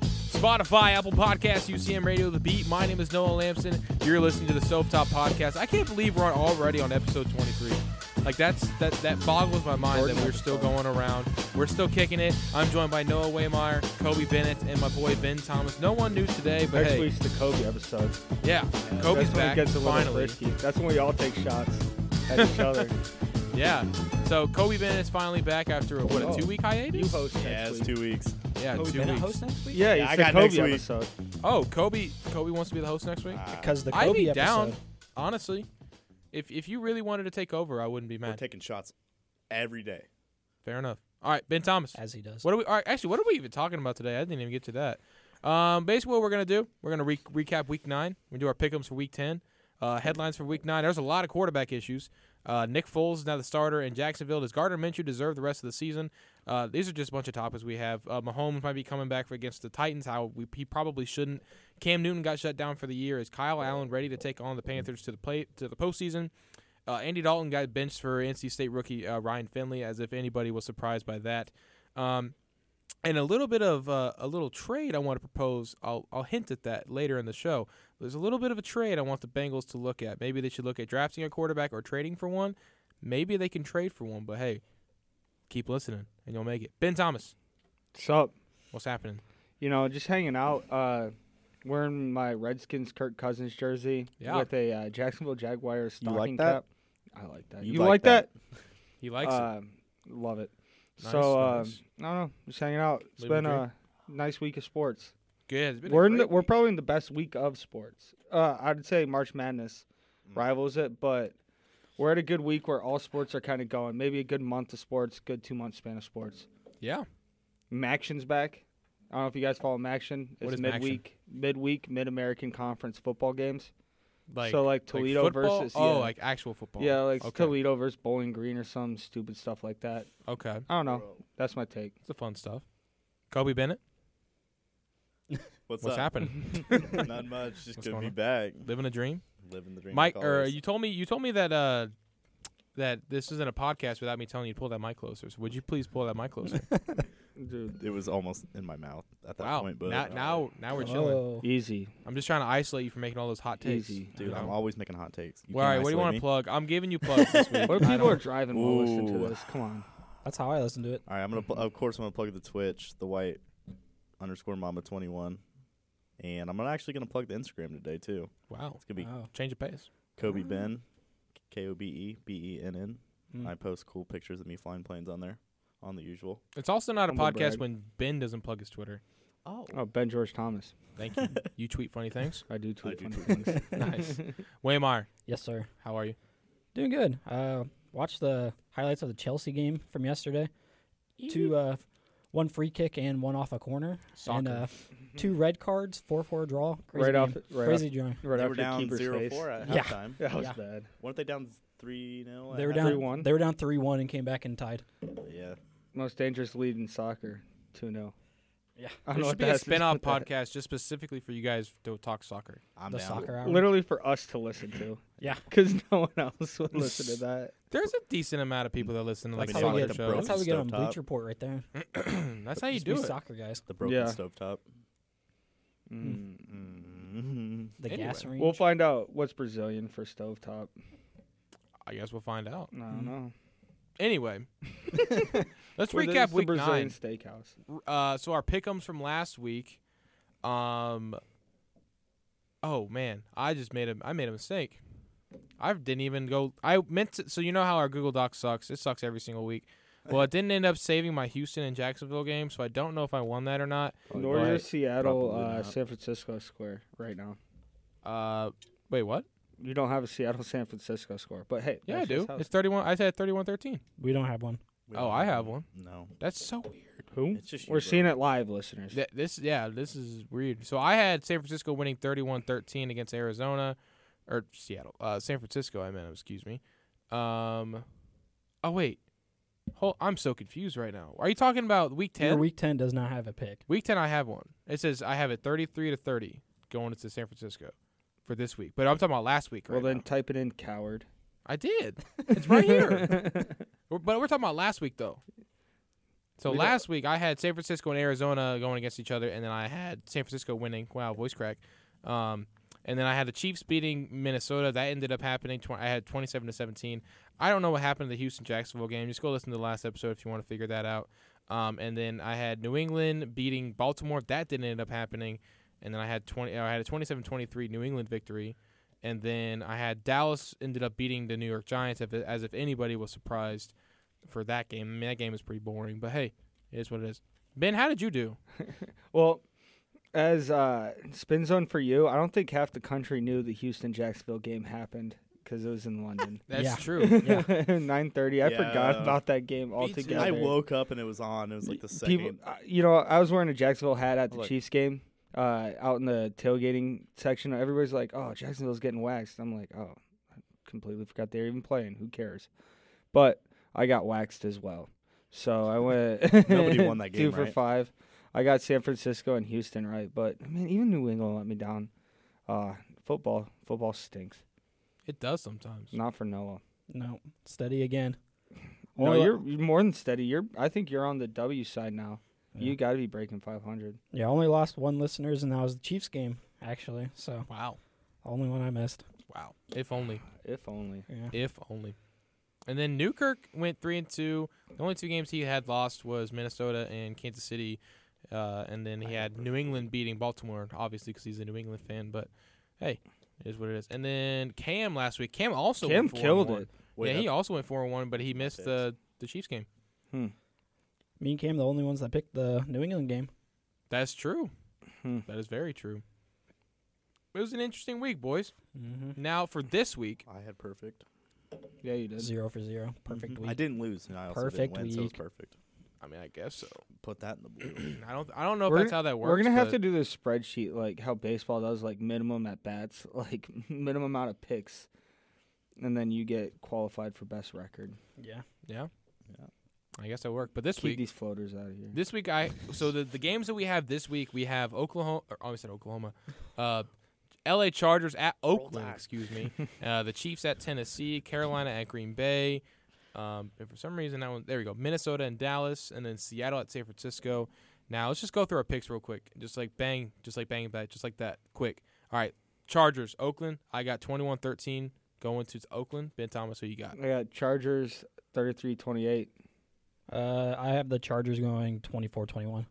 Spotify, Apple Podcasts, UCM Radio, The Beat. My name is Noah Lamson. You're listening to the Stovetop Podcast. I can't believe we're on already on episode 23. Like that's that that boggles my mind that we're still going around. We're still kicking it. I'm joined by Noah Waymeyer, Kobe Bennett, and my boy Ben Thomas. No one new today, but Next hey, week's the Kobe episode. yeah, Kobe's That's when back it gets a little finally. frisky. That's when we all take shots at each other. Yeah. So Kobe Bennett's finally back after a, what a Oh. two week You hiatus. host Yeah, next it's week. two weeks. Yeah, Kobe two Bennett weeks. host next week? Yeah, Yeah, it's I the got Kobe next week. episode. Oh, Kobe. Kobe wants to be the host next week. Ah, Because the Kobe I'd be episode. down. Honestly, if if you really wanted to take over, I wouldn't be We're mad. taking shots every day. Fair enough. All right, Ben Thomas. As he does. What are we? All right, actually, what are we even talking about today? I didn't even get to that. Um, basically, what we're gonna do, we're gonna re- recap Week Nine. We do our pickums for Week Ten. Uh, headlines for Week Nine. There's a lot of quarterback issues. Uh, Nick Foles is now the starter in Jacksonville. Does Gardner Minshew deserve the rest of the season? Uh, these are just a bunch of topics we have. Uh, Mahomes might be coming back for against the Titans. How we, he probably shouldn't. Cam Newton got shut down for the year. Is Kyle Allen ready to take on the Panthers to the play to the postseason? Uh, Andy Dalton got benched for NC State rookie uh, Ryan Finley, as if anybody was surprised by that. Um, and a little bit of uh, a little trade I want to propose. I'll, I'll hint at that later in the show. There's a little bit of a trade I want the Bengals to look at. Maybe they should look at drafting a quarterback or trading for one. Maybe they can trade for one, but hey, keep listening and you'll make it. Ben Thomas, What's up? what's happening? You know, just hanging out. Uh, wearing my Redskins Kirk Cousins jersey Yeah. with a uh, Jacksonville Jaguars You like stocking that? cap. I like that. You You, like like that? He likes it. Um, love it. Nice, so uh, nice. I don't know, just hanging out. It's Living been a nice week of sports. Good. It's been a We're in the, great we're week. probably in the best week of sports. Uh, I'd say March Madness Mm. rivals it, but we're at a good week where all sports are kind of going. Maybe a good month of sports, good two month span of sports. yeah. Maction's back. I don't know if you guys follow Maction. It's What is Maction? midweek, midweek, Mid American Conference football games. Like so like Toledo football? versus oh, yeah. like actual football. yeah, like okay. Toledo versus Bowling Green or some stupid stuff like that. Okay, I don't know. That's my take. it's the fun stuff. Kobe Bennett, What's, what's up? happening? Not much. What's Just good to going be on? back. Living a dream. Living the dream. Mike, like or uh, always. you told me you told me that uh, that this isn't a podcast without me telling you to pull that mic closer. So would you please pull that mic closer? Dude, It was almost in my mouth at that wow. point, but uh, now, now now we're chilling. Oh. easy. I'm just trying to isolate you from making all those hot takes. Easy. dude, I'm always making hot takes. You well, all right, can't what do you isolate want to me. plug? I'm giving you plugs this week. What I if people don't- are driving while listening Ooh. to this? Come on. That's how I listen to it. All right, I'm gonna. Pl- of course, I'm gonna plug the Twitch, the white underscore mama 21, and I'm gonna- actually gonna plug the Instagram today too. wow, It's gonna be Wow. change of pace. Mm. Kobe Ben, K O B E B E N N. Hmm. I post cool pictures of me flying planes on there, on the usual. It's also not a Humble podcast brag. when Ben doesn't plug his Twitter. Oh, Oh, Ben George Thomas. Thank you. you tweet funny things. I do tweet. do funny tweet things. Nice. Waymar, Yes, sir. how are you? Doing good. Uh, watched the highlights of the Chelsea game from yesterday. Two, uh, one free kick and one off a corner, and Soccer. uh, two red cards, four-four draw. Crazy right off, game. right Crazy off, drawing. right they off your were down keeper's zero face. four at Yeah. halftime. That was Yeah. bad. Weren't they down three 0 They were down. 3-1. They were down three-one and came back and tied. Yeah. Most dangerous lead in soccer. 2 0. Yeah. I There don't know should what be that a has to do spin-off with that. podcast just specifically for you guys to talk soccer. I'm the down. soccer hour. Literally for us to listen to. Yeah. Because no one else would listen to that. There's a decent amount of people that listen to like That's, mean, how sound we soccer like get, the shows. that's how we get on Stovetop. Bleach Report right there. That's how you Just do we it. soccer guys. The broken Yeah. stovetop. Mm. Mm-hmm. The Anyway, gas range. We'll find out what's Brazilian for stovetop. I guess we'll find out. I don't know. Anyway, let's Well, recap there's week the Brazilian nine. steakhouse. Uh, so our pickums from last week. Um. Oh man, I just made a I made a mistake. I didn't even go. I meant to. So you know how our Google Doc sucks. It sucks every single week. Well, it didn't end up saving my Houston and Jacksonville game, so I don't know if I won that or not. Nor But- your Seattle probably uh, not. San Francisco square right now. Uh, wait, what? You don't have a Seattle San Francisco score, but hey, Yeah, I that's do. just how- It's thirty-one. I said thirty-one thirteen. we don't have one. Oh, I have one. No, That's so weird. Who? it's just you, We're bro. seeing it live, listeners. Th- this yeah, this is weird. So I had San Francisco winning 31-13 against Arizona or Seattle. Uh, San Francisco, I meant, excuse me. Um Oh wait. Hol- I'm so confused right now. Are you talking about week Your 10? Week-, week ten does not have a pick. 10 I have one. It says I have it 33 to 30 going into San Francisco for this week. But I'm talking about last week Well, right then now. type it in, coward. I did. It's right here. We're- but we're talking about last week though. So We don't- last week I had San Francisco and Arizona going against each other, and then I had San Francisco winning. Wow, voice crack. Um, and then I had the Chiefs beating Minnesota. That ended up happening. Tw- I had twenty-seven to seventeen. I don't know what happened to the Houston Jacksonville game. Just go listen to the last episode if you want to figure that out. Um, and then I had New England beating Baltimore. That didn't end up happening. And then I had twenty. I had a 27-23 New England victory. And then I had Dallas ended up beating the New York Giants if, as if anybody was surprised for that game. I mean, that game is pretty boring, but hey, it is what it is. Ben, how did you do? Well, as uh, spin zone for you, I don't think half the country knew the Houston Jacksonville game happened because it was in London. That's Yeah. true. Yeah. Nine thirty. I forgot Yeah. about that game Me too. altogether. I woke up and it was on. It was like the second. People, uh, you know, I was wearing a Jacksonville hat at the Look. Chiefs game, uh, out in the tailgating section. Everybody's like, "Oh, Jacksonville's getting waxed." I'm like, "Oh, I completely forgot they're even playing. Who cares?" But I got waxed as well, so I went. Nobody won that Two game, for right? five. I got San Francisco and Houston right, but man, even New England let me down. Uh, football, football stinks. It does sometimes. Not for Noah. No, steady again. No, Only- you're, you're more than steady. You're. I think you're on the W side now. Yeah. You got to be breaking 500. Yeah, I only lost one listeners, and that was the Chiefs game actually. So Wow. only one I missed. Wow. If only. If only. Yeah. If only. And then Newkirk went three and two. The only two games he had lost was Minnesota and Kansas City, uh, and then he had New England beating Baltimore, obviously because he's a New England fan. But hey, it is what it is. And then Cam last week, Cam also Cam went four and killed one. it. Wait, yeah, that- he also went four and one, but he missed picks. the the Chiefs game. Me and Cam the only ones that picked the New England game. That's true. Hmm. That is very true. It was an interesting week, boys. Mm-hmm. Now for this week, I had perfect. Yeah, you did. Zero for zero. Perfect Mhm. week. I didn't lose. And I also Perfect didn't win, so it was week. perfect. I mean, I guess so. Put that in the blue. I don't. I don't know if We're that's gonna- how that works. We're gonna have but to do this spreadsheet like how baseball does, like minimum at bats, like minimum amount of picks, and then you get qualified for best record. Yeah. Yeah. Yeah. I guess that worked. But this Keep week, these floaters out of here. this week I so the the games that we have this week we have Oklahoma. Or, oh, I said Oklahoma. Uh, L.A. Chargers at Oakland. Excuse me. Uh, the Chiefs at Tennessee. Carolina at Green Bay. Um, and for some reason that one there we go. Minnesota and Dallas, and then Seattle at San Francisco. Now let's just go through our picks real quick. Just like bang, just like bang back, just like that. Quick. All right. Chargers, Oakland. I got 21-13 going to Oakland. Ben Thomas, who you got? I got Chargers 33-28. Uh, I have the Chargers going 24-21.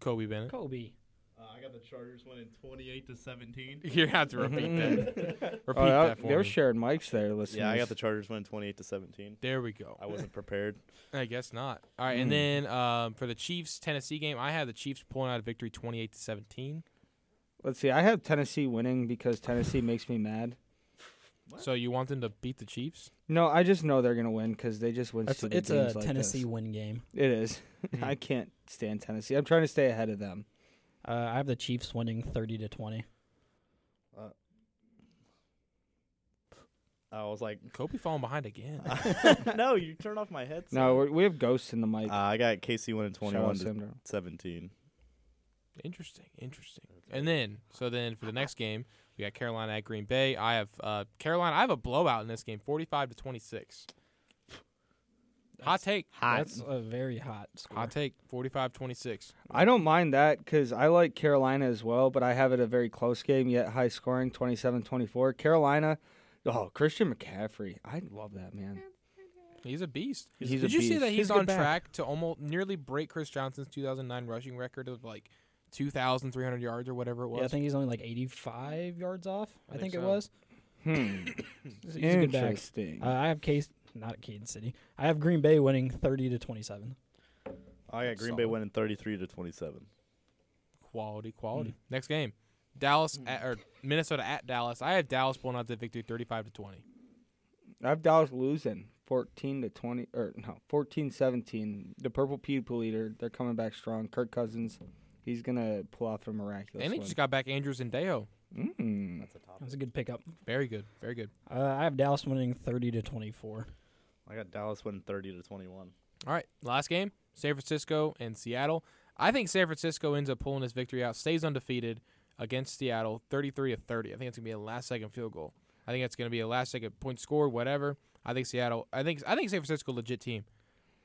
Kobe Bennett. Kobe. Uh, I got the Chargers winning 28 to 17. You have to repeat that. Repeat Oh, that that- for they were me. sharing mics there. Listeners. Yeah, I got the Chargers winning 28 to 17. there we go. I wasn't prepared. I guess not. All Hmm. right, and then um, for the Chiefs Tennessee game, I had the Chiefs pulling out a victory, twenty-eight to seventeen. Let's see. I have Tennessee winning because Tennessee makes me mad. What? So you want them to beat the Chiefs? No, I just know they're gonna win because they just win That's, stupid it's a games like Tennessee This. win game. It is. Mm. I can't stand Tennessee. I'm trying to stay ahead of them. Uh, I have the Chiefs winning 30 to 20. I was like, Kobe falling behind again. no, you turn off my headset. No, we're, we have ghosts in the mic. Uh, I got KC winning Shout out 21 to Simdale. 17. Interesting, interesting. And then, so then for the next game, we got Carolina at Green Bay. I have uh, Carolina. I have a blowout in this game, forty-five to twenty-six. Hot take. That's a very hot score. Hot take. 45-26. I don't mind that because I like Carolina as well, but I have it a very close game, yet high scoring 27 24. Carolina, oh, Christian McCaffrey. I love that, man. He's a beast. He's a Did you see beast. that he's, He's a good on back. track to almost nearly break Chris Johnson's 2009 rushing record of like 2,300 yards or whatever it was? Yeah, I think he's only like 85 yards off. I, I think think, it so. was. Hmm. He's a good back. Interesting. Uh, I have Case, not Kansas City. I have Green Bay winning 30 to 27. I got Green Bay Solid. winning 33 to 27. quality, quality. Next game, Dallas at, or Minnesota at Dallas. I have Dallas pulling out the victory, 35 to 20. I have Dallas losing 14 to 20, or no, 14 17. The Purple People leader, they're coming back strong. Kirk Cousins, he's going to pull off a miraculous and they win. just got back Andrews and Dejo. Mm. That's a top. That was a good pickup. Very good, very good. Uh, I have Dallas winning 30 to 24. I got Dallas winning 30 to 21. All right, last game, San Francisco and Seattle. I think San Francisco ends up pulling this victory out, stays undefeated against Seattle, 33 to 30. I think it's gonna be a last second field goal. I think it's gonna be a last second point score, whatever. I think Seattle. I think I think San Francisco legit team.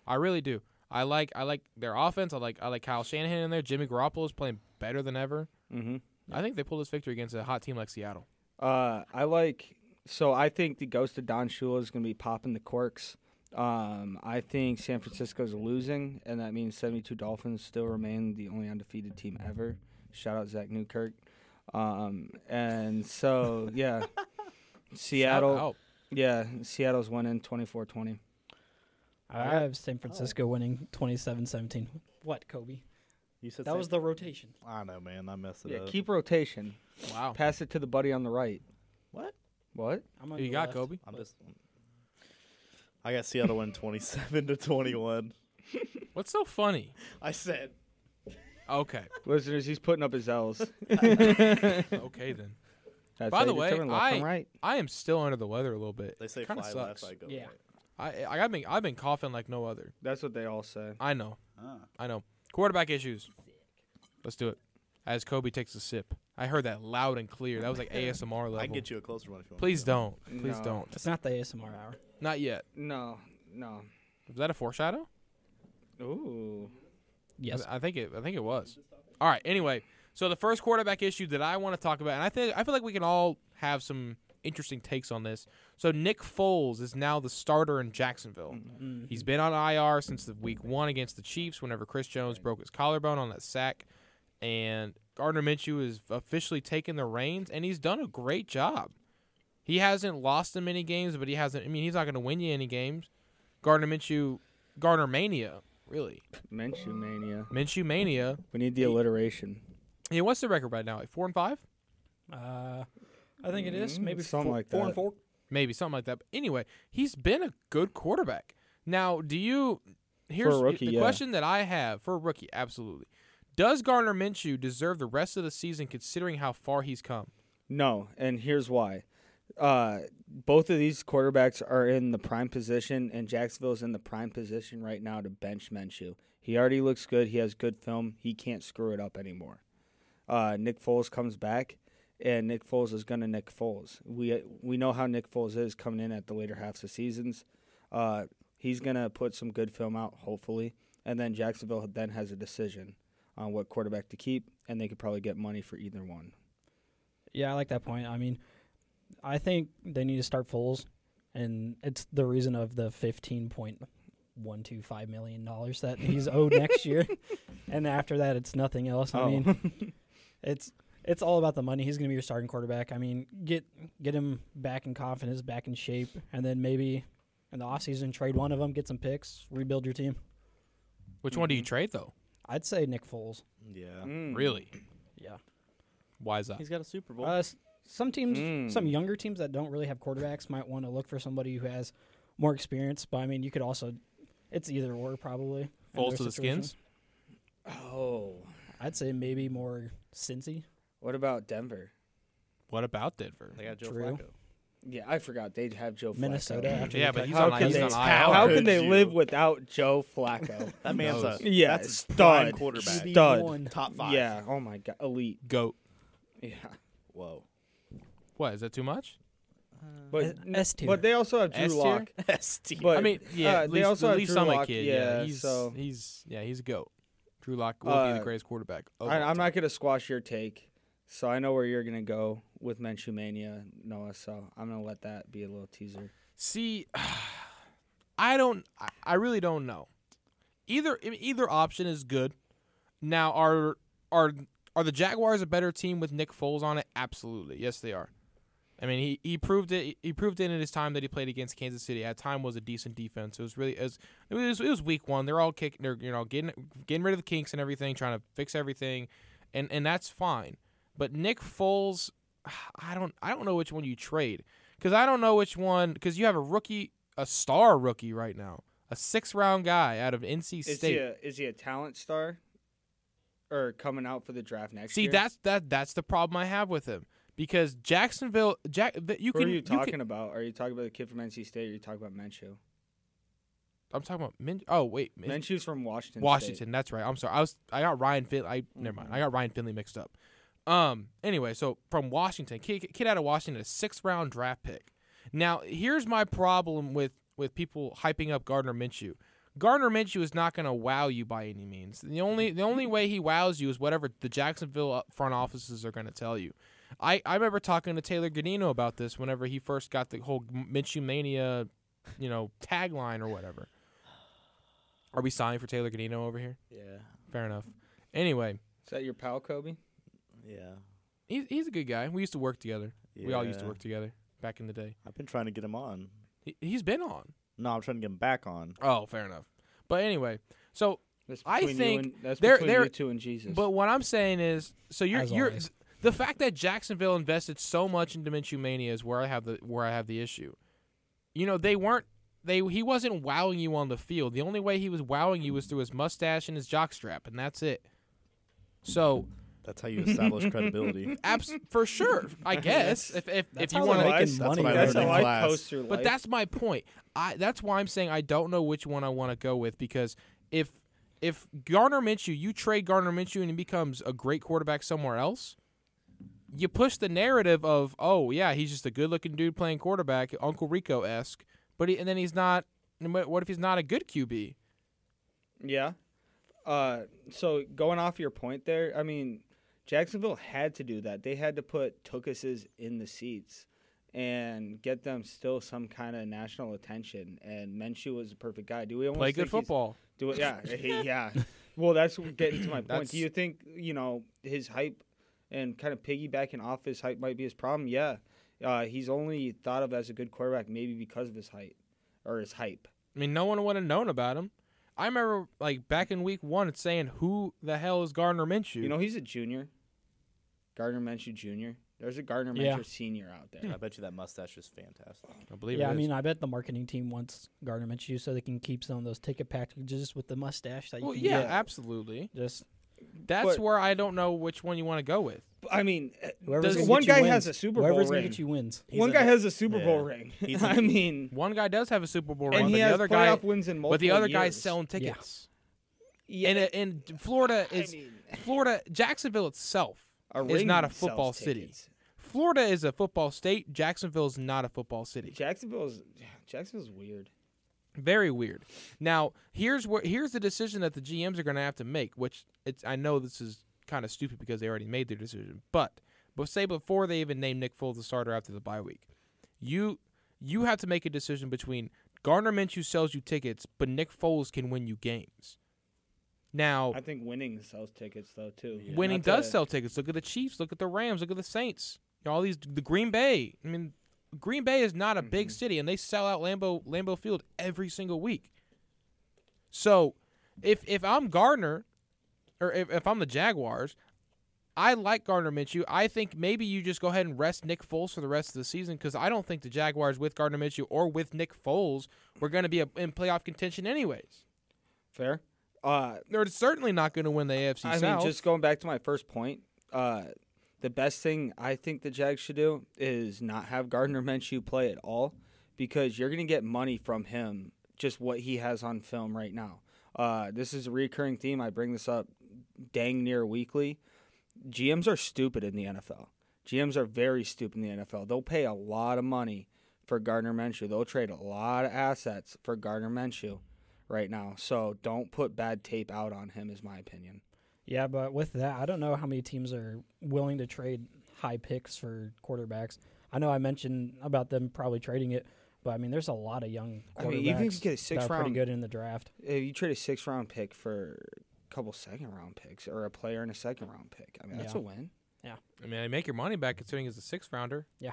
I really do. I like I like their offense. I like I like Kyle Shanahan in there. Jimmy Garoppolo is playing better than ever. Mm-hmm. I think they pulled this victory against a hot team like Seattle. Uh, I like. So I think the ghost of Don Shula is going to be popping the corks. Um, I think San Francisco's losing, and that means 72 Dolphins still remain the only undefeated team ever. Shout out Zach Newkirk. Um, and so yeah, Shout Seattle. out. Yeah, Seattle's winning 24-20. I have San Francisco Oh. winning 27-17. What, Kobe? You said That was the rotation. I know, man. I messed it Yeah, up. keep rotation. Wow. Pass it to the buddy on the right. What? What? I'm Who on you the got left. Kobe? I'm just. I got Seattle win 27 to 21. What's so funny? I said Okay. Listeners, he's putting up his L's. Okay then. That's By how the you way, determine left I- and right. I am still under the weather a little bit. they say Kinda fly sucks. left, I go Yeah. right. I I I've been I've been coughing like no other. That's what they all say. I know. Ah. I know. Quarterback issues. Let's do it. As Kobe takes a sip. I heard that loud and clear. That was like ASMR level. I can get you a closer one if you want. Please don't. Please No. don't. It's not the ASMR hour. Not yet. No, no. Was that a foreshadow? Ooh. Yes. I, I think it. I think it was. All right. Anyway, so the first quarterback issue that I want to talk about, and I think I feel like we can all have some interesting takes on this. So Nick Foles is now the starter in Jacksonville. Mm. He's been on IR since the week one against the Chiefs, whenever Chris Jones broke his collarbone on that sack, and Gardner Minshew has officially taken the reins, and he's done a great job. He hasn't lost in many games, but he hasn't. I mean, he's not going to win you any games. Gardner Minshew, Gardner mania, really. Minshew mania. Minshew mania. We need the alliteration. Yeah, what's the record right now? Like four and five, Uh, I think it is. Mm, Maybe something four, like four that. and four. maybe something like that. But anyway, he's been a good quarterback. Now, do you? Here's rookie, the yeah. question that I have for a rookie. Absolutely, does Gardner Minshew deserve the rest of the season considering how far he's come? No, and here's why. Uh, both of these quarterbacks are in the prime position, and Jacksonville's in the prime position right now to bench Minshew. He already looks good. He has good film. He can't screw it up anymore. Uh, Nick Foles comes back, and Nick Foles is going to Nick Foles. We we know how Nick Foles is coming in at the later halves of seasons. Uh, he's going to put some good film out, hopefully, and then Jacksonville then has a decision on what quarterback to keep, and they could probably get money for either one. Yeah, I like that point. I mean, I think they need to start Foles, and it's the reason of the fifteen point one two five million dollars that he's owed next year, and after that, it's nothing else. I Oh. mean, it's it's all about the money. He's going to be your starting quarterback. I mean, get get him back in confidence, back in shape, and then maybe in the offseason, trade one of them, get some picks, rebuild your team. Which one do Mm-hmm. you trade though? I'd say Nick Foles. Yeah. Mm. Really? Yeah. Why is that? He's got a Super Bowl. Uh, s- some teams, Mm. some younger teams that don't really have quarterbacks might want to look for somebody who has more experience. But I mean, you could also, it's either or probably. in Foles their to the situation. skins. Oh, I'd say maybe more Cincy. what about Denver? What about Denver? they got Joe True. Flacco. Yeah, I forgot they have Joe Flacco. Minnesota after Yeah, the but cut. he's How on, could he's they- on IR. how How could can they you? live without Joe Flacco? That man's a Yeah, that's his prime stud. quarterback. QB1. Stud. Top five. yeah. Oh my God. Elite. Goat. Yeah. Whoa. What is that too much? But S tier. but they also have S Drew tier? Lock. S tier. But I mean, yeah, uh, at they least, also at have least Drew on my Lock, kid. yeah, he's so- he's yeah, he's a goat. Drew Lock will be Uh, the greatest quarterback. of I, all I'm time. not gonna squash your take, so I know where you're gonna go with Menchu Mania, Noah. So I'm gonna let that be a little teaser. See, I don't. I- I really don't know. Either I mean, either option is good. Now, are are are the Jaguars a better team with Nick Foles on it? Absolutely, yes, they are. I mean, he, he proved it. He proved it in his time that he played against Kansas City. At time was a decent defense. It was really it was it was, it was week one. They're all kicking. They're you know getting getting rid of the kinks and everything, trying to fix everything, and and that's fine. But Nick Foles, I don't I don't know which one you trade because I don't know which one because you have a rookie, a star rookie right now, a six round guy out of NC Is State. he a is he a talent star, or coming out for the draft next See, year? that's that that's the problem I have with him because Jacksonville, Jack, th- you Who can are you can- talking about? Are you talking about the kid from NC State? or Are you talking about Menchu? I'm talking about Min. Oh wait, is- Menchu's from Washington. Washington. That's right. I'm sorry. I was I got Ryan Fin. I never mind. I got Ryan Finley mixed up. Um. Anyway, so from Washington, kid, kid out of Washington, a sixth round draft pick. Now here's my problem with with people hyping up Gardner Minshew. Gardner Minshew is not going to wow you by any means. The only the only way he wows you is whatever the Jacksonville uh, front offices are going to tell you. I, I remember talking to Taylor Ganino about this whenever he first got the whole Minshew mania, you know, tagline or whatever. Are we signing for Taylor Ganino over here? Yeah. Fair enough. Anyway, Is that your pal, Kobe? Yeah. he's he's a good guy. We used to work together. We all used to Yeah. work together back in the day. I've been trying to get him on. He, he's been on. No, I'm trying to get him back on. Oh, fair enough. But anyway, so That's I between think you and, that's they're- between they're- you two and Jesus. But what I'm saying is, so you're As you're always. the fact that Jacksonville invested so much in Dementia Mania is where I have the where I have the issue. You know, they weren't they he wasn't wowing you on the field. The only way he was wowing you was through his mustache and his jockstrap, and that's it. So, That's how you establish credibility. abs- for sure, I guess if if, if That's you how want they're to Well, I- that's making money. what I right that's learned now. how in I class. coast through life. But that's my point. I that's why I'm saying I don't know which one I want to go with because if if Garner Minshew, you trade Garner Minshew and he becomes a great quarterback somewhere else, you push the narrative of oh yeah he's just a good looking dude playing quarterback, Uncle Rico esque, but he, and then he's not. and What what if he's not a good QB? Yeah. Uh, so going off your point there, I mean, Jacksonville had to do that. They had to put Tokuses in the seats and get them still some kind of national attention. And Menchu was a perfect guy. Do we almost Play think good he's- football. Do it? Yeah, he- yeah. Well, that's getting to my point. That's- Do you think you know his hype and kind of piggybacking off his hype might be his problem? Yeah, uh, he's only thought of as a good quarterback maybe because of his height or his hype. I mean, no one would have known about him. I remember like back in week one, it's saying who the hell is Gardner Minshew? You know, he's a junior. Gardner Minshew Jr. There's a Gardner Yeah. Minshew Senior out there. I bet you that mustache is fantastic. I believe. yeah, it I is. mean, I bet the marketing team wants Gardner Minshew so they can keep some of those ticket packages with the mustache that you well, can yeah, Yeah. absolutely. get. Just That's But- where I don't know which one you want to go with. I mean, eh, whoever's does- gonna one get guy you has a wins. Super Bowl whoever's gonna get ring. you wins. He's One an- guy has a Super yeah. Bowl ring. He's I an- mean, One guy does have a Super Bowl and ring, he but the has other guy, playoff wins in multiple. but the other guy's years. selling Yeah. tickets. Yeah, And uh, and Florida I is mean, Florida, Jacksonville itself a is ring not a sells football city. tickets. Florida is a football state. Jacksonville is not a football city. Jacksonville's Jacksonville's weird. Very weird. Now here's where here's the decision that the GMs are going to have to make. Which it's I know this is kind of stupid because they already made their decision, but but say before they even name Nick Foles the starter after the bye week, you you have to make a decision between Gardner Minshew sells you tickets, but Nick Foles can win you games. Now I think winning sells tickets though too. Yeah. winning Not does to- sell tickets. Look at the Chiefs. Look at the Rams. Look at the Saints. You know, all these the Green Bay. I mean, Green Bay is not a Mm-hmm. big city, and they sell out Lambeau Lambeau Field every single week. So, if if I'm Gardner, or if, if I'm the Jaguars, I like Gardner Minshew. I think maybe you just go ahead and rest Nick Foles for the rest of the season because I don't think the Jaguars with Gardner Minshew or with Nick Foles we're going to be a, in playoff contention anyways. Fair. Uh, They're certainly not going to win the AFC I South. mean, just going back to my first point, uh, the best thing I think the Jags should do is not have Gardner Minshew play at all because you're going to get money from him, just what he has on film right now. Uh, this is a recurring theme. I bring this up dang near weekly. GMs are stupid in the NFL. GMs are very stupid in the NFL. They'll pay a lot of money for Gardner Minshew. They'll trade a lot of assets for Gardner Minshew right now. So don't put bad tape out on him, is my opinion. Yeah, but with that, I don't know how many teams are willing to trade high picks for quarterbacks. I know I mentioned about them probably trading it, but I mean, there's a lot of young quarterbacks I mean, even if you get a that are sixth pretty round- good in the draft. if you trade a six round pick for a couple second round picks or a player and a second round pick, I mean that's Yeah. a win. I mean, they make your money back considering it's a sixth rounder. Yeah.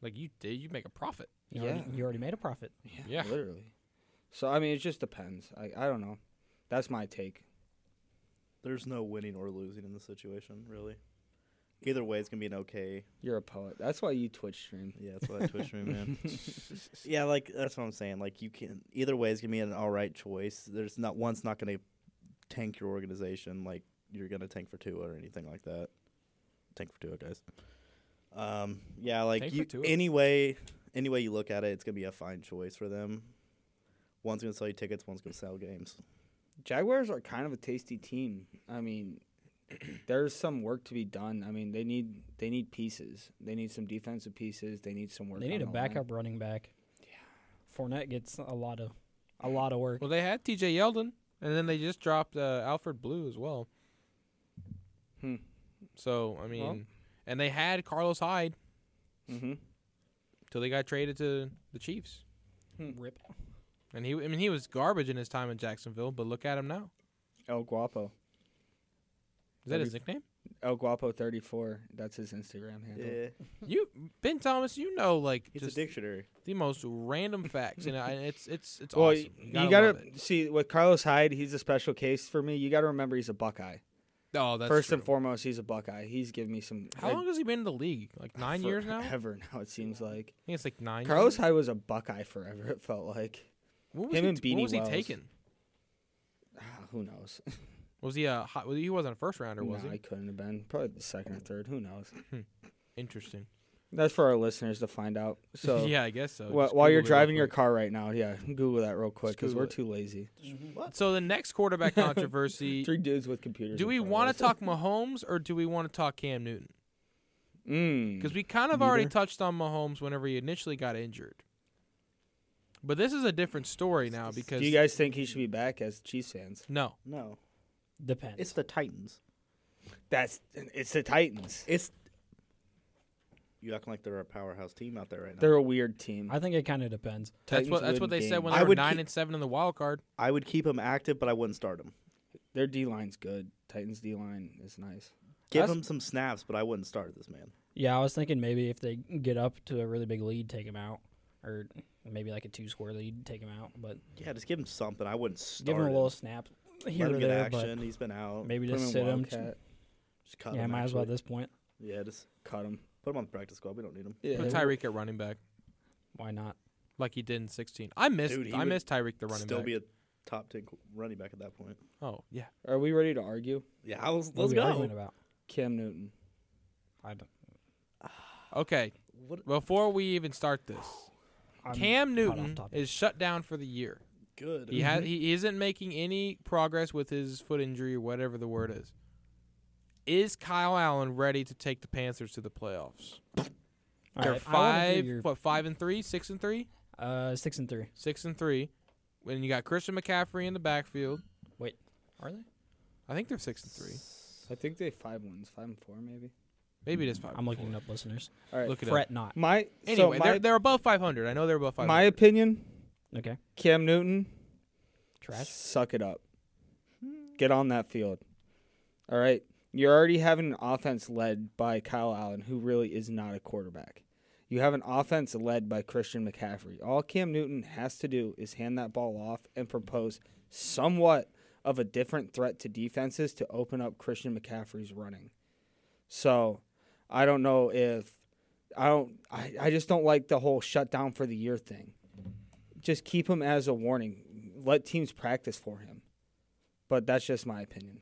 Like you did, you make a profit. You, already, Yeah. you already made a profit. Yeah, Yeah. literally. So I mean, it just depends. I I don't know. That's my take. There's no winning or losing in this situation, really. Either way, it's gonna be an okay. You're a poet. That's why you Twitch stream. Yeah, that's what I twitched me, man. yeah, like that's what I'm saying. Like you can either way is gonna be an all right choice. There's not one's not gonna tank your organization like you're gonna tank for Tua or anything like that. Tank for Tua, guys. Um, yeah, like Tank for you, Tua. any way, any way you look at it, it's gonna be a fine choice for them. One's gonna sell you tickets. One's gonna sell games. Jaguars are kind of a tasty team. I mean, there's some work to be done. I mean, they need they need pieces. They need some defensive pieces. They need some work. They need on a the line. backup running back. Yeah. Fournette gets a lot of a lot of work. Well, they had T.J. Yeldon, and then they just dropped uh, Alfred Blue as well. Hmm. So I mean, and they had Carlos Hyde Mm-hmm. till they got traded to the Chiefs, Rip. and he I mean he was garbage in his time in Jacksonville, but look at him now. El Guapo. Is that his nickname? El Guapo thirty four. That's his Instagram handle. Yeah, You Ben Thomas, you know like it's just a dictionary. the most random facts, and I, it's it's it's Well, awesome. you, gotta gotta, love it. see with Carlos Hyde, he's a special case for me. You gotta remember he's a Buckeye. oh that's First true. and foremost, he's a Buckeye. He's given me some. How long has he been in the league? Like nine years now. I think Ever now it seems like it's like nine. Carlos years. Hyde was a Buckeye forever. It felt like What was him he, and t- Beanie what was he Wells. taken? Ah, who knows? Was he a hot, well, he wasn't a first rounder, was no, he? I couldn't have been probably the second or third. Who knows? Interesting. That's for our listeners to find out. So yeah, I guess so. wh- Just while Google it you're real driving your quick. car right now, yeah, Google that real quick because Google we're it. too lazy. What? So the next quarterback controversy. Three dudes with computers. do in we front of want us. to talk Mahomes or do we want to talk Cam Newton? Mm. Because we kind of already Neither. touched on Mahomes whenever he initially got injured. But this is a different story now because Do you guys think he should be back as Chiefs fans? no, No, Depends. it's the Titans. That's it's the Titans. It's you acting like they're a powerhouse team out there right now. They're a weird team. I think it kind of depends. that's what Titans that's what they win said when games. they I were would nine keep- and seven in the wild card. I would keep him active, but I wouldn't start him. their D line's good. Titans D line is nice. Give That's- him some snaps, but I wouldn't start this man. Yeah, I was thinking maybe if they get up to a really big lead, take him out, or maybe like a two-score lead, take him out. But Yeah, just give him something. I wouldn't start. give him a him. little snap here Let or him get there. action. He's been out. But maybe Put just him sit in him. Wildcat, Just cut Yeah, him, might as well at actually. this point. Yeah, just cut him. put him on the practice squad. We don't need him. Yeah, Put Tyreek at running back Why not? like he did in sixteen. I missed Dude, he I would missed Tyreek the running Still back. be a top ten qu- running back at that point. oh yeah, Are we ready to argue? Yeah, I was, What let's are we go. arguing about? Cam Newton. I don't, okay. What? Before we even start this, I'm Cam caught off Newton topic. Mm-hmm. is shut down for the year. Good. He has he isn't making any progress with his foot injury or whatever the word is. Is Kyle Allen ready to take the Panthers to the playoffs? All They're right, I wanna hear five your- what five and three, six and three, uh, six and three. six and three. When you got Christian McCaffrey in the backfield, Are they? I think they're six and three. I think they five wins, five and four maybe. Maybe it is five. I'm and looking four. it up, listeners. All right. Look it Fret not. My Anyway, so my, they're they're above 500. I know they're above 500. my opinion, Okay. Cam Newton, Trash. suck it up. Get on that field. All right. You're already having an offense led by Kyle Allen, who really is not a quarterback. You have an offense led by Christian McCaffrey. All Cam Newton has to do is hand that ball off and propose somewhat of a different threat to defenses to open up Christian McCaffrey's running. So I don't know if I don't I, I just don't like the whole shutdown for the year thing. Just keep him as a warning. Let teams practice for him. But that's just my opinion.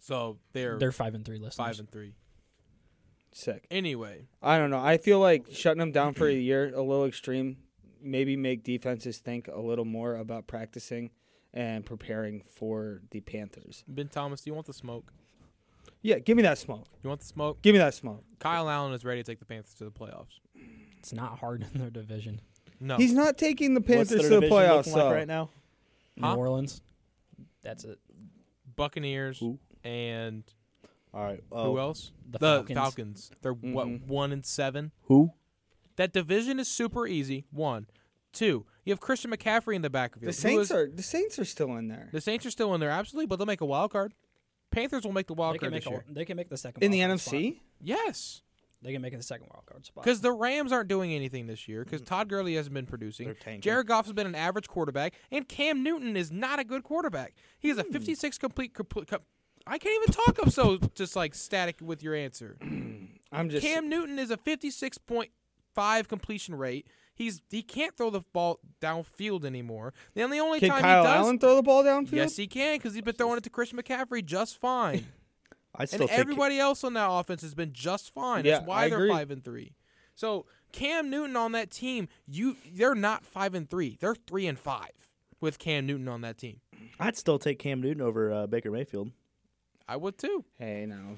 so they're, They're five and three listeners. five and three. Sick. Anyway, I don't know. I feel like shutting him down for a year a little extreme. Maybe make defenses think a little more about practicing and preparing for the Panthers. Ben Thomas, do you want the smoke? Yeah, give me that smoke. You want the smoke? Give me that smoke. Kyle Allen is ready to take the Panthers to the playoffs. It's not hard in their division. No, He's not taking the What's Panthers their to the division playoffs. looking like though. right now? Huh? New Orleans. That's it. Buccaneers Who? and All right. who uh, else? The, the Falcons. Falcons. They're what Mhm. one and seven. Who? That division is super easy. One, two. You have Christian McCaffrey in the backfield. The who Saints is- are the Saints are still in there. the Saints are still in there, absolutely, but they'll make a wild card. Panthers will make the They wild can, card make this a, year. they can make the second In the wild card spot. NFC? Yes, They can make it the second wild card spot. because the Rams aren't doing anything this year Mm. because Todd Gurley hasn't been producing. They're tanking. Jared Goff has been an average quarterback, and Cam Newton is not a good quarterback. He has Hmm. a 56 complete. complete com- I can't even talk. I'm so just like static with your answer. I'm just Cam Newton is a 56.5 completion rate. He's he can't throw the ball downfield anymore. Then the only Can time Kyle he does, Allen throw the ball downfield? yes, he can because he's been throwing it to Christian McCaffrey just fine, I still and take everybody else on that offense has been just fine. Yeah, That's why I they're agree. five and three. So Cam Newton on that team, you they're not five and three. They're three and five with Cam Newton on that team. I'd still take Cam Newton over uh, Baker Mayfield. I would too. Hey, now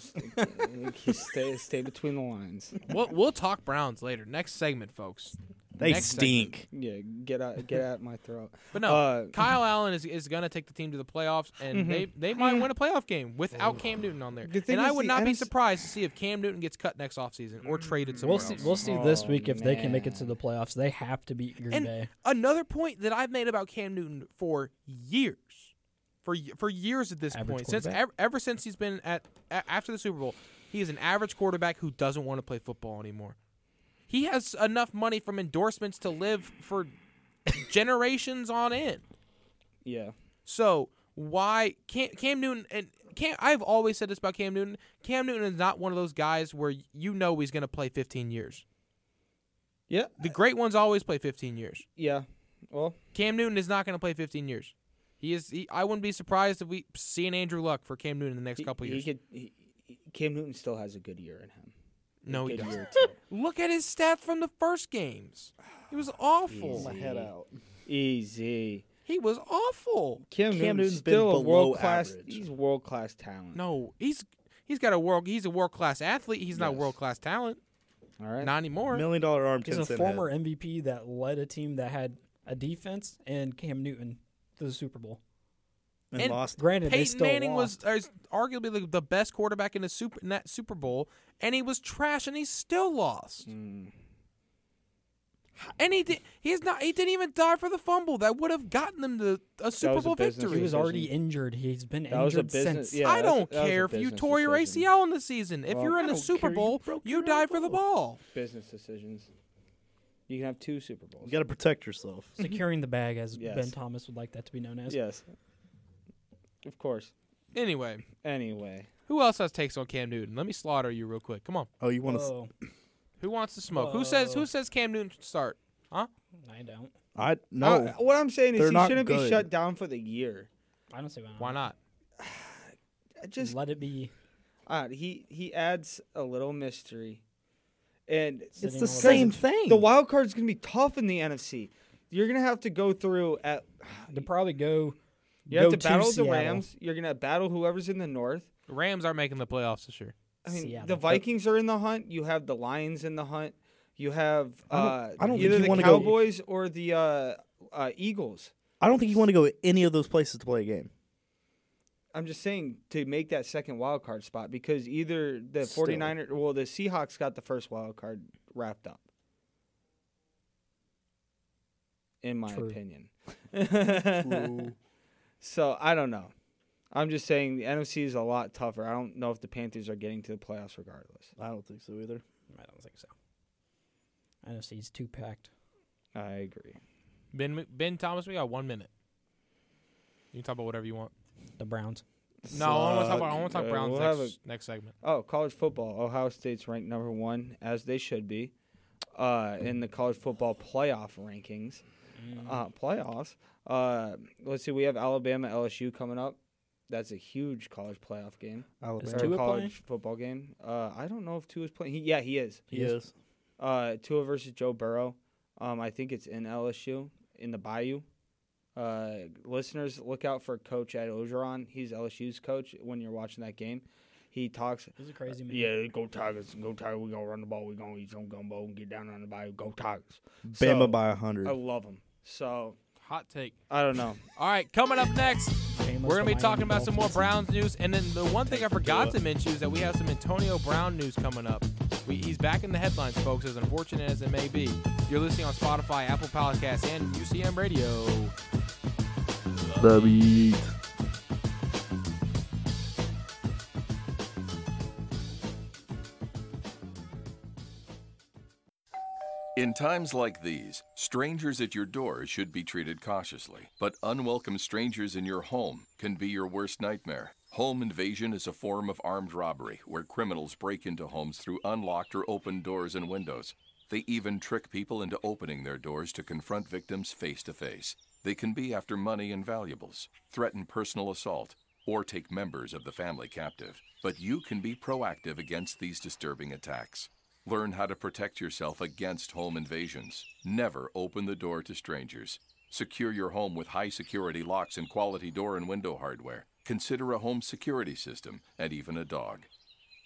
stay, stay between the lines. We'll, we'll talk Browns later. Next segment, folks. They next section. stink. Yeah, get out, get out my throat. But no, uh, Kyle Allen is, is going to take the team to the playoffs, and Mhm. they, they might win a playoff game without Cam Newton on there. The thing and I is, would the not be NFC surprised to see if Cam Newton gets cut next offseason or traded somewhere We'll see. else. We'll see this Oh, week if they can make it to man. the playoffs. They have to beat Green And- Bay. Another point that I've made about Cam Newton for years, for y- for years at this Average point, since quarterback. ever, ever since he's been at a, after the Super Bowl, he is an average quarterback who doesn't want to play football anymore. He has enough money from endorsements to live for generations on end. Yeah, So why Cam, Cam Newton and Cam? I've always said this about Cam Newton. Cam Newton is not one of those guys where you know he's going to play 15 years. yeah, The great ones always play 15 years. yeah. Well, Cam Newton is not going to play 15 years. He is. He, I wouldn't be surprised if we see an Andrew Luck for Cam Newton in the next he, couple he years. could. He, he- Cam Newton still has a good year in him. A no, he good doesn't. year or two. Look at his stats from the first games. He was awful. Easy. My head out. Easy. He was awful. Cam, Newton's, Cam Newton's been still a below world class. average. He's world class talent. No, he's he's got a world. He's a world class athlete. He's not Yes. world class talent. All right. Not anymore. Million dollar arm. He's 10 a cent former head. MVP that led a team that had a defense and Cam Newton to the Super Bowl. and, and- lost. Granted, they Peyton still Manning lost. was is arguably the, the best quarterback in the super in that Super Bowl, and he was trash, and he still lost. Mm. And he did, he's not he didn't even die for the fumble that would have gotten them to a Super was a Bowl business victory. He was decision. already injured. He's been That was a injured business. since. Yeah, I that's- don't that was a care if you business tore your decision. ACL in the season. If Well, you're in I the don't Super care, you Bowl, you, broke your die for the ball. Business decisions. You can have two Super Bowls. You got to protect yourself. Securing the bag, as Yes. Ben Thomas would like that to be known as. Yes. Of course. Anyway, Anyway. who else has takes on Cam Newton? Let me slaughter you real quick. Come on. Oh, you want to? Whoa. Who wants to smoke? Who says who Whoa. says Cam Newton should start? I don't. I no. Uh, what I'm saying is They're he not shouldn't be good. shut down for the year. I don't see why. Mm. Why not? I Just let it be. uh, he he adds a little mystery, and Sitting it's on the same bench. thing. the wild card's gonna be tough in the NFC. You're gonna have to go through at To probably go. you have go to battle the Seattle. Rams. You're gonna battle whoever's in the North. The Rams are making the playoffs this year. I mean, Seattle. the But- Vikings are in the hunt. You have the Lions in the hunt. You have I uh, don't- I don't think either you the wanna go- Cowboys or the uh, uh, Eagles. I don't think you want to go any of those places to play a game. I'm just saying to make that second wild card spot because either the Still. 49er, well, the Seahawks got the first wild card wrapped up. In my True. opinion. so I don't know. I'm just saying the NFC is a lot tougher. I don't know if the Panthers are getting to the playoffs regardless. I don't think so either. I don't think so. NFC's too packed. I agree. Ben Ben Thomas, we got one minute. You can talk about whatever you want. The Browns. No, I want to talk about I Suck. want to talk Uh, Browns we'll next, have next segment. Oh, college football. Ohio State's ranked number one, as they should be, uh, in the college football playoff rankings. Mm. Mm, Uh, playoffs. Uh, let's see. We have Alabama LSU coming up. That's a huge college playoff game. Is or Tua college playing? football game. Uh, I don't know if Tua's playing. He, yeah, he is. He is. Uh, Tua versus Joe Burrow. Um, I think it's in LSU in the Bayou. Uh, listeners, look out for Coach Ed Ogeron. He's LSU's coach. When you're watching that game, he talks He's a crazy man. yeah, go Tigers, go Tigers. We gonna run the ball. We gonna eat some gumbo and get down on the bayou. Go Tigers. Bama So, oh. by a hundred. I love them. So Hot take. I don't know. All right, coming up next, Shameless we're going to be Miami talking about some more Dolphins. Browns news. And then the one thing I forgot to mention is that we have some Antonio Brown news coming up. We, he's back in the headlines, folks, as unfortunate as it may be. You're listening on Spotify, Apple Podcasts, and UCM Radio. The beat. In times like these, strangers at your door should be treated cautiously, but unwelcome strangers in your home can be your worst nightmare. Home invasion is a form of armed robbery where criminals break into homes through unlocked or open doors and windows. They even trick people into opening their doors to confront victims face to face. They can be after money and valuables, threaten personal assault, or take members of the family captive. But you can be proactive against these disturbing attacks. Learn how to protect yourself against home invasions. Never open the door to strangers. Secure your home with high security locks and quality door and window hardware. Consider a home security system and even a dog.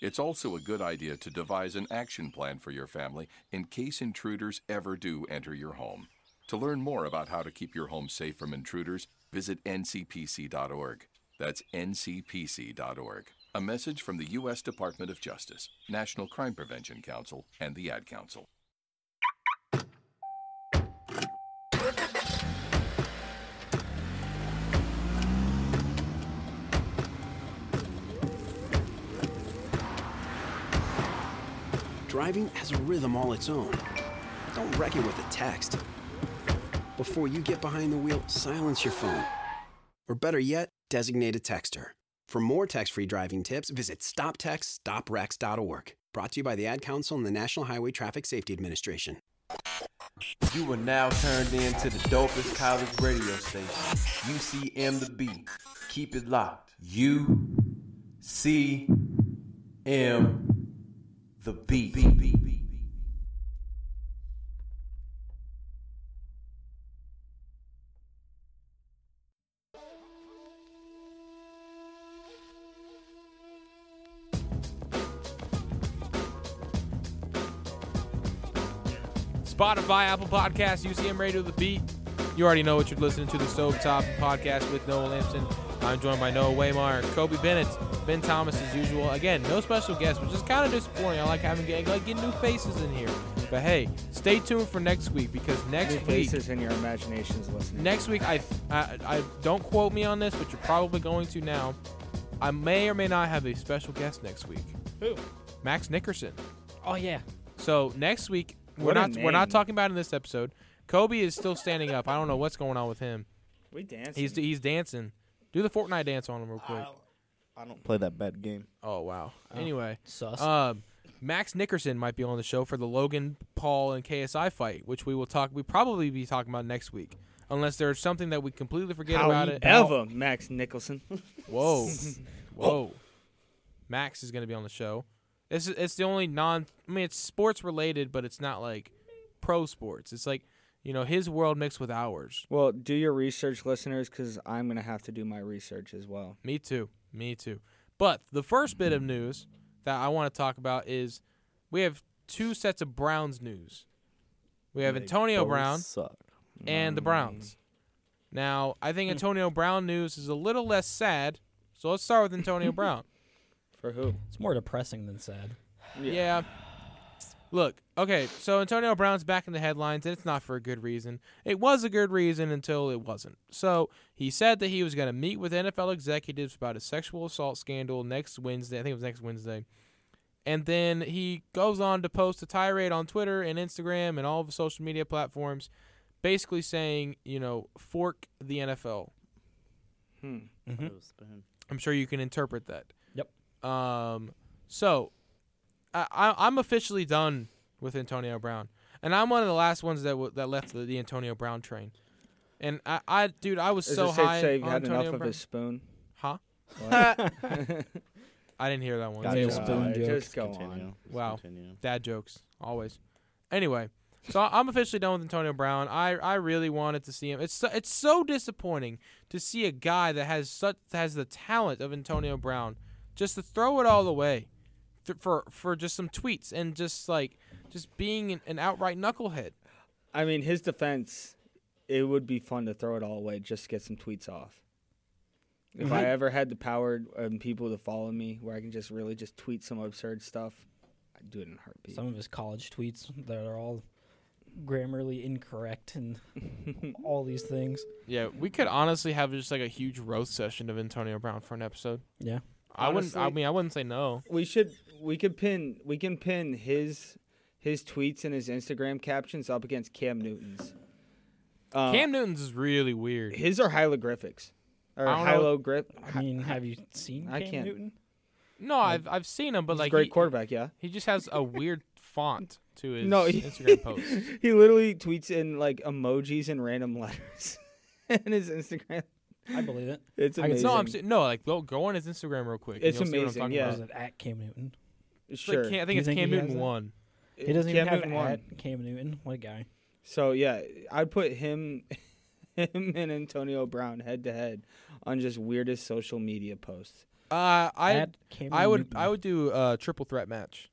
It's also a good idea to devise an action plan for your family in case intruders ever do enter your home. To learn more about how to keep your home safe from intruders, visit ncpc.org. That's ncpc.org. A message from the U.S. Department of Justice, National Crime Prevention Council, and the Ad Council. Driving has a rhythm all its own. Don't wreck it with a text. Before you get behind the wheel, silence your phone. Or better yet, designate a texter. For more text free driving tips, visit stoptextstoprex.org. Brought to you by the Ad Council and the National Highway Traffic Safety Administration. You are now turned into the dopest college radio station, UCM the B. Keep it locked. U C M the B. Spotify, Apple Podcasts, UCM Radio, The Beat. You already know what you're listening to, the Stovetop Podcast with Noah Lampson. I'm joined by Noah Waymeyer, Kobe Bennett, Ben Thomas as usual. Again, no special guest, which is kind of disappointing. I like having I like getting new faces in here. But hey, stay tuned for next week because next Your week, faces and your imaginations listening. next week I, I I don't quote me on this, but you're probably going to now. I may or may not have a special guest next week. Who? Max Nickerson. Oh yeah. So next week we're What a not we're not name. talking about it in this episode. Kobe is still standing up. I don't know what's going on with him. we danced. He's he's dancing. Do the Fortnite dance on him real quick. I don't play that bad game. Oh wow. Anyway, Sus. um, Max Nickerson might be on the show for the Logan Paul and KSI fight, which we will talk. We probably be talking about next week, unless there's something that we completely forget about it. Alva Max Nicholson. Whoa, whoa. Oh. Max is going to be on the show. It's it's the only non. I mean, it's sports related, but it's not like pro sports. It's like you know his world mixed with ours. well, do your research, listeners, because I'm gonna have to do my research as well. Me too. Me too. But the first bit of news that I want to talk about is we have two sets of Browns news. We have They Antonio both Brown Suck. and the Browns. Now, I think Antonio Brown news is a little less sad. So let's start with Antonio Brown. For who? It's more depressing than sad. Yeah. Look, okay, so Antonio Brown's back in the headlines, and it's not for a good reason. It was a good reason until it wasn't. So he said that he was going to meet with NFL executives about his sexual assault scandal next Wednesday. I think it was next Wednesday. And then he goes on to post a tirade on Twitter and Instagram and all of the social media platforms, basically saying, you know, fork the NFL. Hmm. I'm sure you can interpret that. Yep. Um, so, I, I, I'm officially done with Antonio Brown, and I'm one of the last ones that w- that left the, the Antonio Brown train. And I, I dude, I was Is so it safe high to say you've on had Antonio enough of Brown. his spoon? Huh? What? I didn't hear that one. Gotcha. Dad, Little spoon Alright, joke. Just go on. Continue. Just Wow. Continue. jokes always. Anyway, so I'm officially done with Antonio Brown. I, I really wanted to see him. It's so, it's so disappointing to see a guy that has such has the talent of Antonio Brown just to throw it all away th- for for just some tweets and just like just being an, an outright knucklehead. I mean, his defense. It would be fun to throw it all away just to get some tweets off. If I ever had the power and people to follow me, where I can just really just tweet some absurd stuff, I'd do it in a heartbeat. Some of his college tweets that are all grammarly incorrect and all these things. Yeah, we could honestly have just like a huge roast session of Antonio Brown for an episode. Yeah. I wouldn't. I Honestly- mean, I wouldn't say no. we should we could pin we can pin his his tweets and his Instagram captions up against Cam Newton's. Uh, Cam Newton's is really weird. his are hieroglyphics or I don't know- hieroglyph. I mean, have you seen I Cam can't- Newton? No, I've I've seen him, but He's like a great he- quarterback, yeah. He just has a weird font to his No, he- Instagram post. He literally tweets in like emojis and random letters in his Instagram. I believe it. It's I can- amazing. No, I'm si- no like go, go on his Instagram real quick. and It's you'll see what I'm amazing, talking yeah. about. Was it at Cam Newton? It's like sure. Cam- I You think it's think Cam he has Newton that? one. He doesn't Cam even have Newton an won. at Cam Newton. What a guy. So yeah, I'd put him, him and Antonio Brown head to head on just weirdest social media posts. Uh, I Add Cameron I would Newton. I would do a triple threat match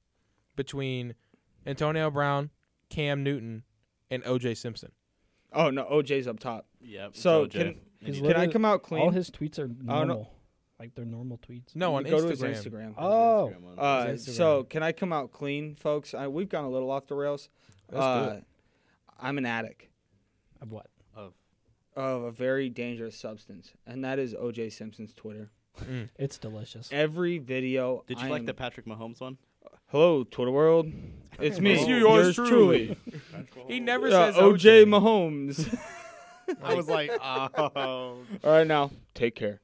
between Antonio Brown, Cam Newton, and OJ Simpson. Oh no, OJ's up top. Yep. So it's OJ. can- His Can I letter- come out All clean? his tweets are no. normal, like they're normal tweets. No, on You go to Instagram. his Instagram. Oh, Instagram on- Uh, His Instagram. so can I come out clean, folks? I, we've gone a little off the rails. Let's do Uh, I'm an addict of what? of a very dangerous substance, and that is OJ Simpson's Twitter. It's delicious. Every video. Did you I like am- the Patrick Mahomes one? Hello, Twitter world. It's me. It's you, yours truly. He never says OJ. OJ Mahomes. I was like, oh. All right, now take care.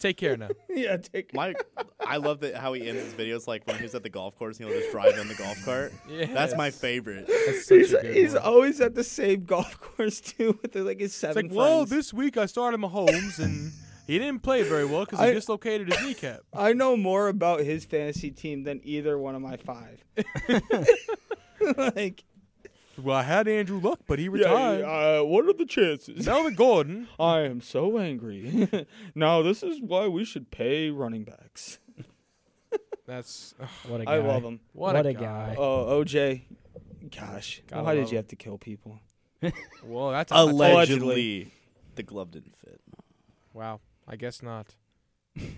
Take care now. yeah, take care. My, I love that how he ends his videos like when he's at the golf course and he'll just drive in the golf cart. That's my favorite. That's such He's, a good he's one. always at the same golf course too, with like his It's seven like, whoa, friends. this week I started Mahomes and he didn't play very well because he I- dislocated his kneecap. I know more about his fantasy team than either one of my five. like, Well, I had Andrew Luck, but he yeah, retired. uh, what are the chances? Melvin Gordon. I am so angry. now this is why we should pay running backs. That's What a guy. I love him. what, a, guy. Oh, OJ. Gosh, Gotta why did love you him. have to kill people? Well, that's a, Allegedly, the glove didn't fit. wow. I guess not.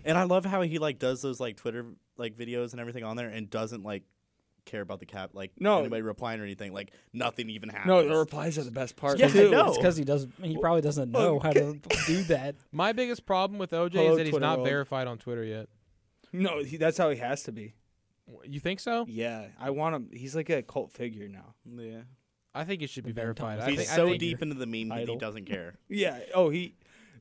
And I love how he like does those like Twitter like videos and everything on there and doesn't like care about the cap like No. anybody replying or anything. Like nothing even happens. No, the replies are the best part. Yeah, I too. know. It's because he does. He probably doesn't know how to do that. My biggest problem with OJ Hello, is that he's Twitter not world. verified on Twitter yet. No, he, that's how he has to be. You think so? Yeah, I want him. He's like a cult figure now. Yeah. I think it should be Ben verified. Thomas. I He's think, I so think- deep into the meme that he idol. doesn't care. Yeah. Oh, he.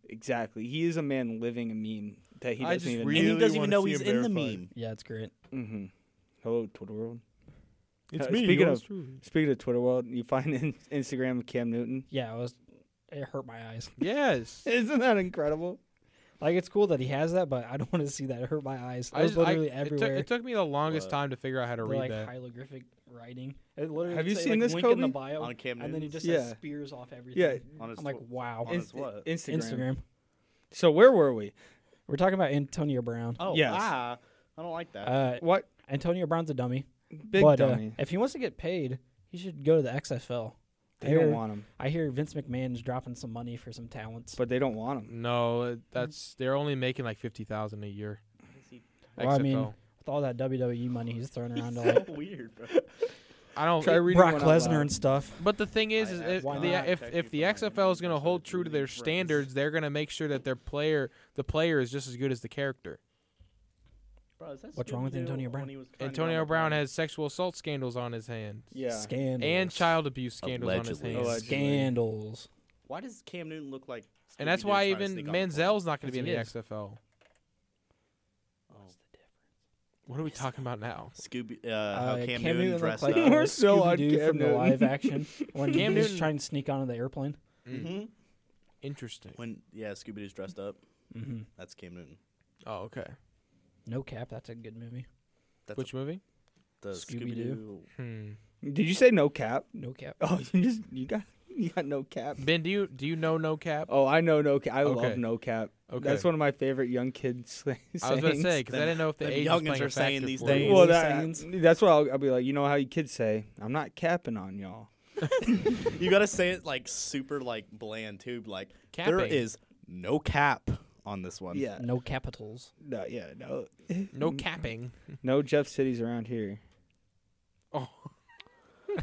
Exactly. He is a man living a meme that he I doesn't just even. really and he doesn't even wanna know see he's him in the verified. meme. Yeah, it's great. Mm-hmm. Hello, Twitter world. It's Uh, me. speaking yours of- truly. Speaking of Twitter world, you find in Instagram of Cam Newton. Yeah, it was. It hurt my eyes. Yes. Isn't that incredible? Like it's cool that he has that, but I don't want to see that. It hurt my eyes. It I was just- I- literally it took- everywhere. It, took me the longest What? time to figure out how to The, read like that. hieroglyphic writing. It literally Have you say, seen like, this, link in the Kobe? bio, On Cam Oh, and then he Newton's? just Yeah. says spears off everything. Yeah. On his I'm like, tw- wow. on his what? Instagram. Instagram. So where were we? We're talking about Antonio Brown. Oh Yes. ah, I don't like that. Uh, What Antonio Brown's a dummy. big but, uh, dummy? if he wants to get paid, he should go to the XFL. I they don't hear- want him, I hear Vince McMahon's dropping some money for some talents. but they don't want him. no, it- that's they're only making like fifty thousand a year. Well, I mean, XFL. with all that WWE money he's throwing around to like weird, bro. I don't. Try reading Brock one out Lesnar loud. and stuff. But the thing is, I- is I- if why the not? if, if the XFL is going to hold true to their Right. standards, they're going to make sure that their player the player is just as good as the character. Bro, is that What's wrong with Scooby-Doo Antonio when Brown? he was climbing Antonio down the Brown mountain? has sexual assault scandals on his hands Yeah. Scandals. and child abuse scandals on Allegedly. his hands. Allegedly. Scandals. Why does Cam Newton look like? And that's Scooby-Doo why trying to even sneak on the plane? Manziel's not going to be in Yes, the he XFL. Oh. What are we talking about now? Scooby, uh, Uh, how Cam, Newton, looked dressed like up. We're still on Scooby-Doo Cam from the Newton. live action when Cam he was Newton- trying to sneak onto the airplane. Mhm. Mm. Interesting. When yeah, Scooby Doo's dressed up. Mm-hmm. That's Cam Newton. Oh, okay. No cap. That's a good movie. That's Which movie? the Scooby-Doo? Scooby Doo. Hmm. Did you say no cap? No cap. Oh, you just you got you got no cap. Ben, do you do you know No Cap? Oh, I know no cap. I Okay. love no cap. Okay. That's one of my favorite young kids slang- sayings. I was about to say because I Them- didn't know if the them age was youngins playing a are saying factor these for you. days. Well, Easy that, sayings. that's what I'll, I'll be like. You know how you kids say, "I'm not capping on y'all." You gotta say it like super like bland too. Like there Capping. is no cap on this one. Yeah, No capitals. no, yeah, no, No capping. no Jeff cities around here. Oh.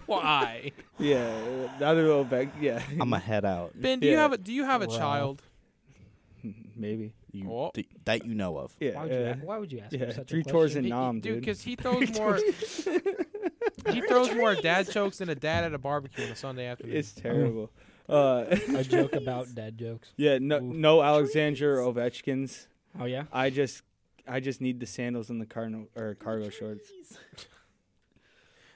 Why? Yeah, uh, the other little bag. Yeah, I'm a head out. Ben, do you Yeah. have a do you have a Wow. child? maybe. You, Oh. d- that you know of. Yeah, Why would you? uh, ask, why would you ask? yeah. for such Three a tours question? in Nam, dude, dude. because he throws more. he throws more dad jokes than a dad at a barbecue on a Sunday afternoon. it's terrible. Uh, a joke about dad jokes. yeah, no, Oof. no Alexander Ovechkins. Oh yeah. I just, I just need the sandals and the carno or cargo shorts.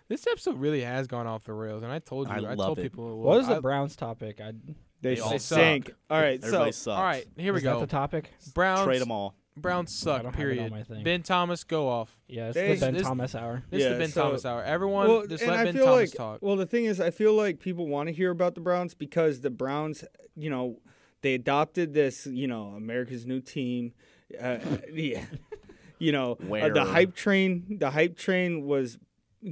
this episode really has gone off the rails, and I told you, I I, love told it. people it would. What was I- the Browns topic? I They, They all stink. suck. All right, Everybody so sucks. all right, here we is that go. the topic? Browns Trade them all. Browns I don't suck. have it on Period. my thing. Ben Thomas, go off. Yeah, it's They- the Ben this- Thomas hour. This is Yeah, the Ben so- Thomas hour. Everyone, just and let I Ben feel Thomas like, talk. Well, the thing is, I feel like people want to hear about the Browns because the Browns, you know, they adopted this, you know, America's new team, uh, yeah, you know, uh, Where? the hype train. The hype train was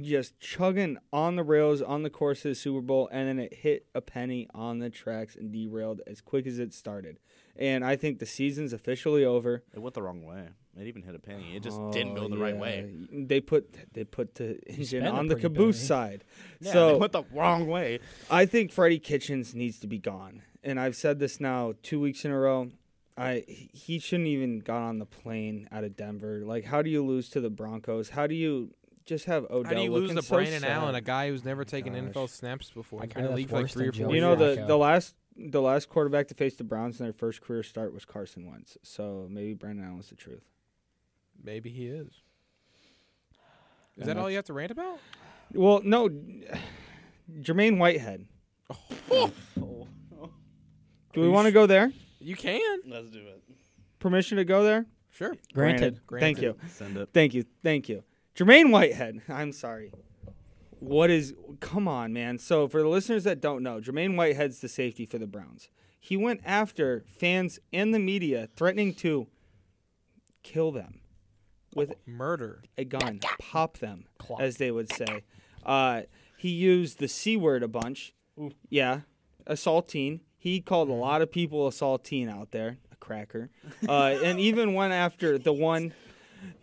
just chugging on the rails on the course of the Super Bowl, and then it hit a penny on the tracks and derailed as quick as it started. And I think the season's officially over. It went the wrong way. It even hit a penny. It just Oh, didn't go the right yeah. way. They put they put the engine spent a on the pretty caboose penny. side. Yeah, so it went the wrong way. I think Freddie Kitchens needs to be gone, and I've said this now two weeks in a row. I he shouldn't even got on the plane out of Denver. Like, how do you lose to the Broncos? How do you just have Odell? How do you lose looking the so Brandon sad? Allen, a guy who's never taken gosh. NFL snaps before? That He's been guy in the that's league for like worse three than or four. Joe You years. know the Flacco. the last the last quarterback to face the Browns in their first career start was Carson Wentz. So maybe Brandon Allen's the truth. Maybe he is. Is And that all that's- you have to rant about? Well, no, Jermaine Whitehead. Do we you want to sh- go there? You can. Let's do it. Permission to go there? Sure. Granted, Thank Granted. you. Send it. Thank you. Thank you. Jermaine Whitehead. I'm sorry. What is come on, man. So for the listeners that don't know, Jermaine Whitehead's the safety for the Browns. He went after fans and the media threatening to kill them with Murder. a gun, pop them, Clop. as they would say. Uh, he used the C word a bunch. Yeah, assaultine. He called a lot of people assaultine out there, a cracker. Uh, and even went after the one,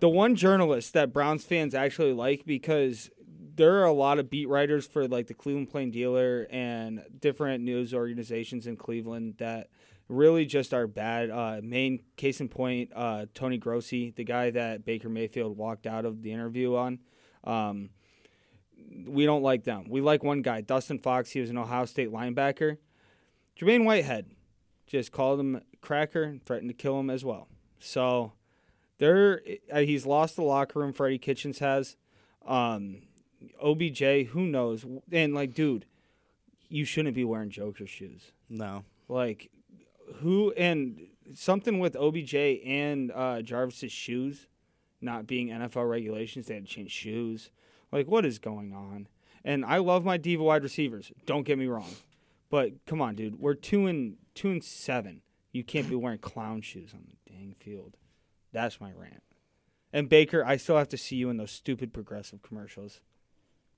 the one journalist that Browns fans actually like because there are a lot of beat writers for like the Cleveland Plain Dealer and different news organizations in Cleveland that really just are bad. Uh, main case in point, uh, Tony Grossi, the guy that Baker Mayfield walked out of the interview on. Um, we don't like them. We like one guy, Dustin Fox. He was an Ohio State linebacker. Jermaine Whitehead just called him a cracker and threatened to kill him as well. So there, uh, he's lost the locker room. Freddie Kitchens has. Um, OBJ, who knows? And like, dude, you shouldn't be wearing Joker shoes. No. Like, who and something with OBJ and uh, Jarvis's shoes not being NFL regulations, they had to change shoes. Like, what is going on? And I love my diva wide receivers. Don't get me wrong, but come on, dude, we're two and two and seven. You can't be wearing clown shoes on the dang field. That's my rant. And Baker, I still have to see you in those stupid progressive commercials.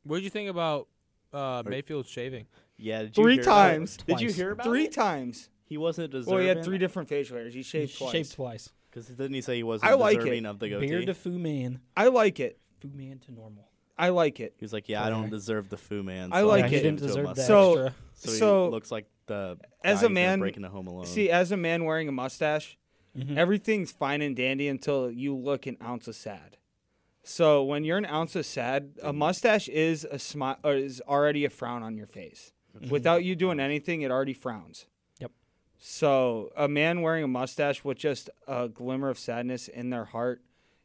What did you think about uh, Mayfield shaving? Yeah. Did you Three hear about it? times. Did you Twice. hear about Three it? times. He wasn't deserving. Well, he had three different facial hairs. He shaved twice. Shaped twice. Because didn't he say he wasn't I like it. deserving of the goatee? Beard to Fu Man. I like it. Fu Man to normal. I like it. He was like, "Yeah, I don't deserve the Fu Man." I so like Yeah, it. he gave didn't to him deserve that myself. So- extra. So, he so- looks like the As guy a who's been man- breaking the Home Alone. See, as a man wearing a mustache, Mm-hmm. everything's fine and dandy until you look an ounce of sad. So when you're an ounce of sad, Mm-hmm. a mustache is a smile or is already a frown on your face. Mm-hmm. Without you doing anything, it already frowns. Yep. So a man wearing a mustache with just a glimmer of sadness in their heart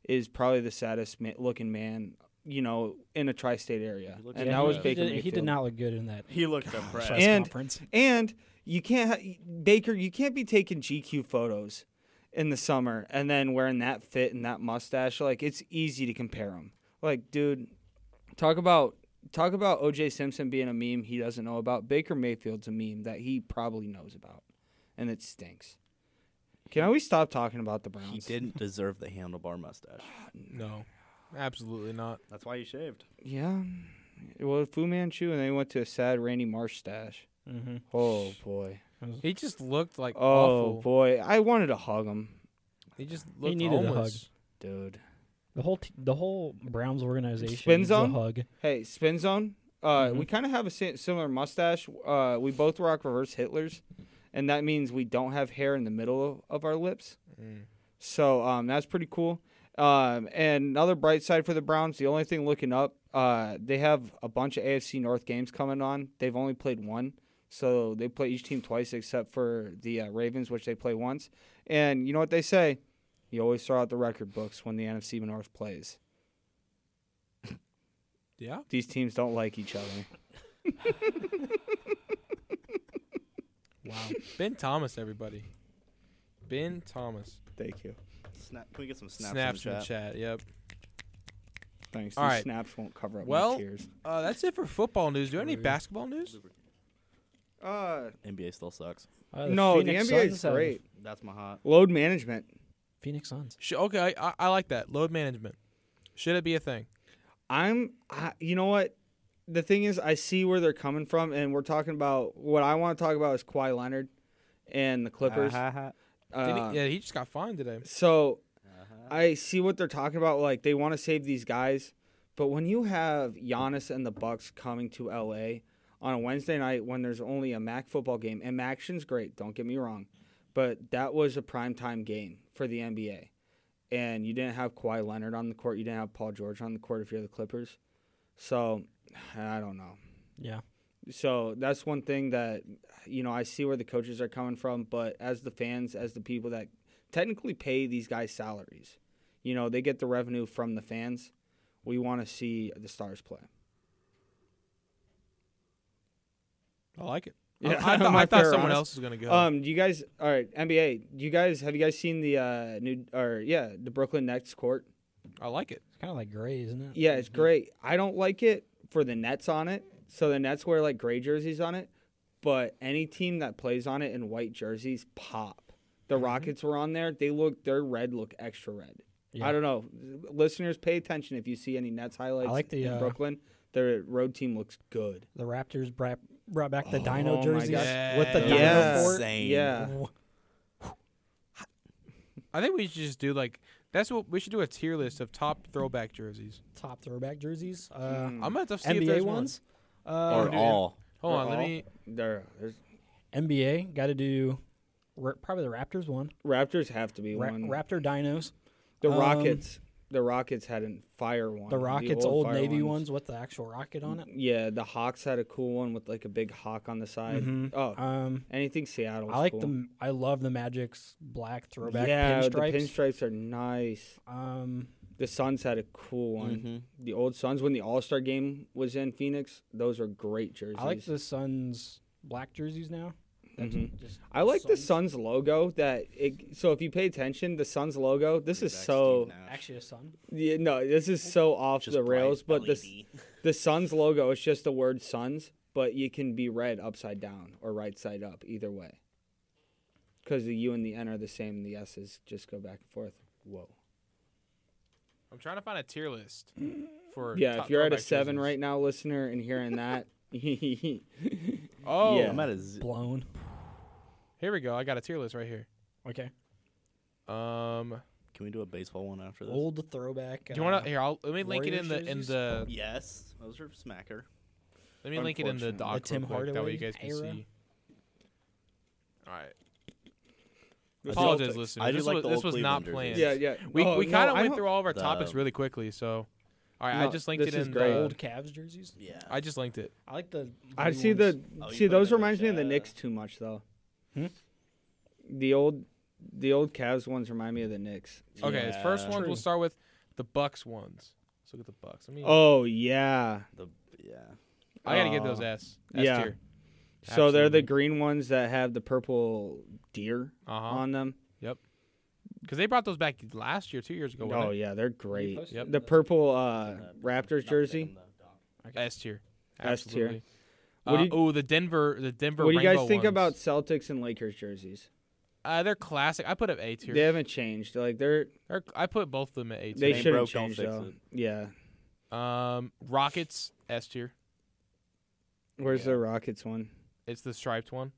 is probably the saddest ma- looking man, you know, in a tri-state area. looks And like that he, was he Baker did, he did Mayfield. not look good in that he looked press impressed. And- conference. And you can't ha- Baker, you can't be taking GQ photos in the summer and then wearing that fit and that mustache. Like it's easy to compare them. Like, dude, talk about talk about OJ Simpson being a meme he doesn't know about. Baker Mayfield's a meme that he probably knows about, and it stinks. Can we stop talking about the Browns? he didn't deserve the handlebar mustache. No, absolutely not. That's why he shaved. Yeah. Well, Fu Manchu, and then he went to a sad Randy Marsh stash. Mm-hmm. Oh boy. He just looked like Oh awful. boy. I wanted to hug him, He just looked needed a hug. homeless. dude. The whole t- the whole Browns organization Spin needs zone? a hug. Hey, Spin Zone. Uh, We kind of have a si- similar mustache. Uh, we both rock reverse Hitlers, and that means we don't have hair in the middle of, of our lips. So um, that's pretty cool. Um, and another bright side for the Browns. The only thing looking up, uh, they have a bunch of AFC North games coming on. They've only played one, so they play each team twice, except for the uh, Ravens, which they play once. And you know what they say? You always throw out the record books when the NFC North plays. Yeah. These teams don't like each other. Wow. ben Thomas, everybody. Ben Thomas. Thank you. Snap. Can we get some snaps, Snaps in in the the chat? chat. Yep. Thanks. All These right. snaps won't cover up Well- my tears. Uh, that's it for football news. Do you have any basketball news? Uh, NBA still sucks. Uh, no, Phoenix the NBA Uh, Oh, Suns is have- great. That's my hot. Load management. Phoenix Suns. Sh- okay, I, I, I like that. Load management. Should it be a thing? I'm, I, you know what? The thing is, I see where they're coming from, and we're talking about what I want to talk about is Kawhi Leonard and the Clippers. Uh-huh. Didn't he- Uh, yeah, he just got fined today. So I see what they're talking about. Like they want to save these guys, but when you have Giannis and the Bucks coming to LA on a Wednesday night when there's only a MAC football game, and MACtion's great. Don't get me wrong, but that was a primetime game for the NBA, and you didn't have Kawhi Leonard on the court. You didn't have Paul George on the court if you're the Clippers. So I don't know. Yeah. So that's one thing that you know I see where the coaches are coming from, but as the fans, as the people that technically pay these guys salaries, you know they get the revenue from the fans. We want to see the stars play. I like it. I- Yeah, I, thought- am I I thought fair or someone honest? else was gonna go. Um, do you guys? All right, NBA. Do you guys have you guys seen the uh, new or yeah the Brooklyn Nets court? I like it. It's kind of like gray, isn't it? Yeah, it's great. I don't like it for the Nets on it. So the Nets wear like gray jerseys on it, but any team that plays on it in white jerseys pop. The Mm-hmm. Rockets were on there. They look their red look extra red. Yeah. I don't know. Listeners, pay attention if you see any Nets highlights like the, in uh, Brooklyn. Their road team looks good. The Raptors brought, brought back the Oh Dino my jerseys gosh. with the Yeah. Dino Yeah. fort. Insane. Yeah. Wha- I think we should just do like that's what we should do a tier list of top throwback jerseys. Top throwback jerseys. Uh, I'm gonna have to Hmm. see if NBA there's one. ones. Uh, Or all. Hold on, let me. There, there's NBA. Got to do ra- probably the Raptors one. Raptors have to be Ra- one. Raptor Dinos. the um, Rockets. The Rockets had a fire one. The Rockets old, fire Navy ones. ones. with the actual rocket on it. Yeah, the Hawks had a cool one with like a big hawk on the side. Oh, Um, anything Seattle. I like cool. the I love the Magic's black throwback yeah, pinstripes. the pinstripes are nice. um, The Suns had a cool one. Mm-hmm. The old Suns when the All Star game was in Phoenix, those are great jerseys. I like the Suns black jerseys now. That's Mhm. just I like the Suns. Suns logo that it, so if you pay attention, the Suns logo. This is Oh. so Oh. Actually, a sun. yeah, no, this is so off the rails. But the E s- the Suns logo is just the word Suns, but you can be read upside down or right side up either way. Because the U and the N are the same. The S's just go back and forth. Whoa. I'm trying to find a tier list for. Yeah, top if you're at a throwback seven jerseys. right now, listener, and hearing that, Oh, Yeah. I'm at a z- Blown. here we go. I got a tier list right here. Okay. Um, Can we do a baseball one after this? Oh. Old throwback. uh, do you want to? Here, I'll, let me link it in the Warriors in jerseys? the. Yes, those are smacker. Let me link it in the Unfortunately. doc. The Tim real quick, that way you Hardaway guys can era? see. All right. The Apologize, Celtics. listeners. I do this like was, the this old was Cleveland not planned. jerseys. yeah, yeah. We, Oh, we no, kind of I went don't- through all of our The- topics really quickly, so all right, I No, just linked it this is in. great. The, old Cavs jerseys. Yeah. I just linked it. I like the. I blue see ones. the Oh, you see put it those in the reminds me of the chat. Knicks too much though. Hmm? The old the old Cavs ones remind me of the Knicks. Okay, Yeah. first ones True. we'll start with the Bucks ones. Let's look at the Bucks. I mean, Oh yeah. The yeah. I gotta get those uh, S. S yeah. tier. So they're Absolutely. the green ones that have the purple deer Uh huh. on them. Because they brought those back last year, two years ago. Oh wasn't yeah, they're great. posted Yep. The purple uh, Raptors jersey. it? S tier. S tier. Absolutely. What Uh, do you- oh, the Denver, the Denver. What do you guys Rainbow think ones. about Celtics and Lakers jerseys? Uh, they're classic. I put up A tier. They haven't changed. Like they're They're- I put both of them at A they tier. ain't should have broke, don't changed fix though. it. Yeah. um, Rockets S tier. Where's Yeah. the Rockets one? It's the striped one.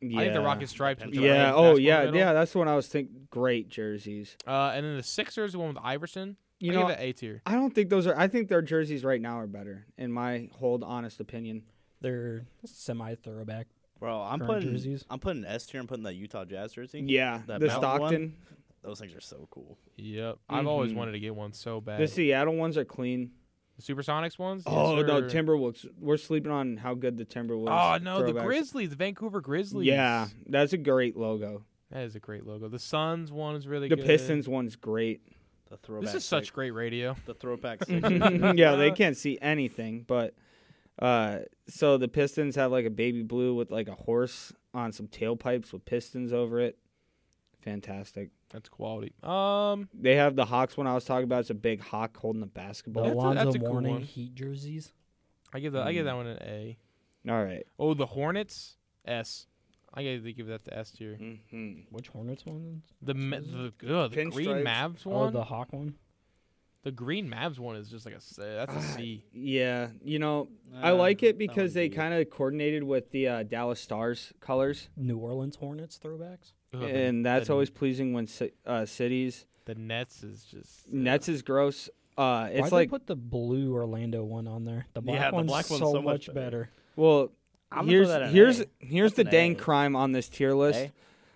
Yeah. I think the Rockets striped. with the red Yeah. basketball Oh yeah. middle. Yeah. That's the one I was thinking. Great jerseys. Uh, and then the Sixers, the one with Iverson. You I know, give it A tier. I don't think those are. I think their jerseys right now are better, in my hold honest opinion. They're semi throwback. Bro, I'm Current putting jerseys. I'm putting S tier. I'm putting that Utah Jazz jersey. Yeah, That the mountain one? Stockton, Those things are so cool. Yep. I've always Mhm. wanted to get one so bad. the Seattle ones are clean. the Supersonics ones. Yes, oh no, sir. Timberwolves. We're sleeping on how good the Timberwolves. Oh no, the throwbacks- Grizzlies, the Vancouver Grizzlies. Yeah, that's a great logo. that is a great logo. The Suns one is really The good. Pistons one's great. The throwback. This is six- such great radio. The throwback. yeah, they can't see anything, but uh, so the Pistons have like a baby blue with like a horse on some tailpipes with pistons over it. Fantastic. That's quality. Um, They have the Hawks one I was talking about. It's a big hawk holding a basketball. The That's a- Alonzo that's a cool Mourning one. Heat jerseys. Mm. I give that I give that one an A. All right. Oh, the Hornets S. I gotta give that to S tier. Mm-hmm. Which Hornets one? The ma- the, ugh, the green Pinstripes. Mavs Oh, one. the the, Hawk one. green Mavs one is just like a C. Ah, That's a C. Yeah, you know, I Uh, like it because they kind of coordinated with the uh, Dallas Stars colors, New Orleans Hornets throwbacks. Ugh, the- and that's the- always pleasing when ci- uh, cities. the Nets is just uh, Nets is gross. Uh, Why'd it's they like put the blue Orlando one on there? The black Yeah, the one's black one's so, so much much better. well, I'm gonna throw here's that at an here's A. here's That's the an dang A. crime on this tier list. A?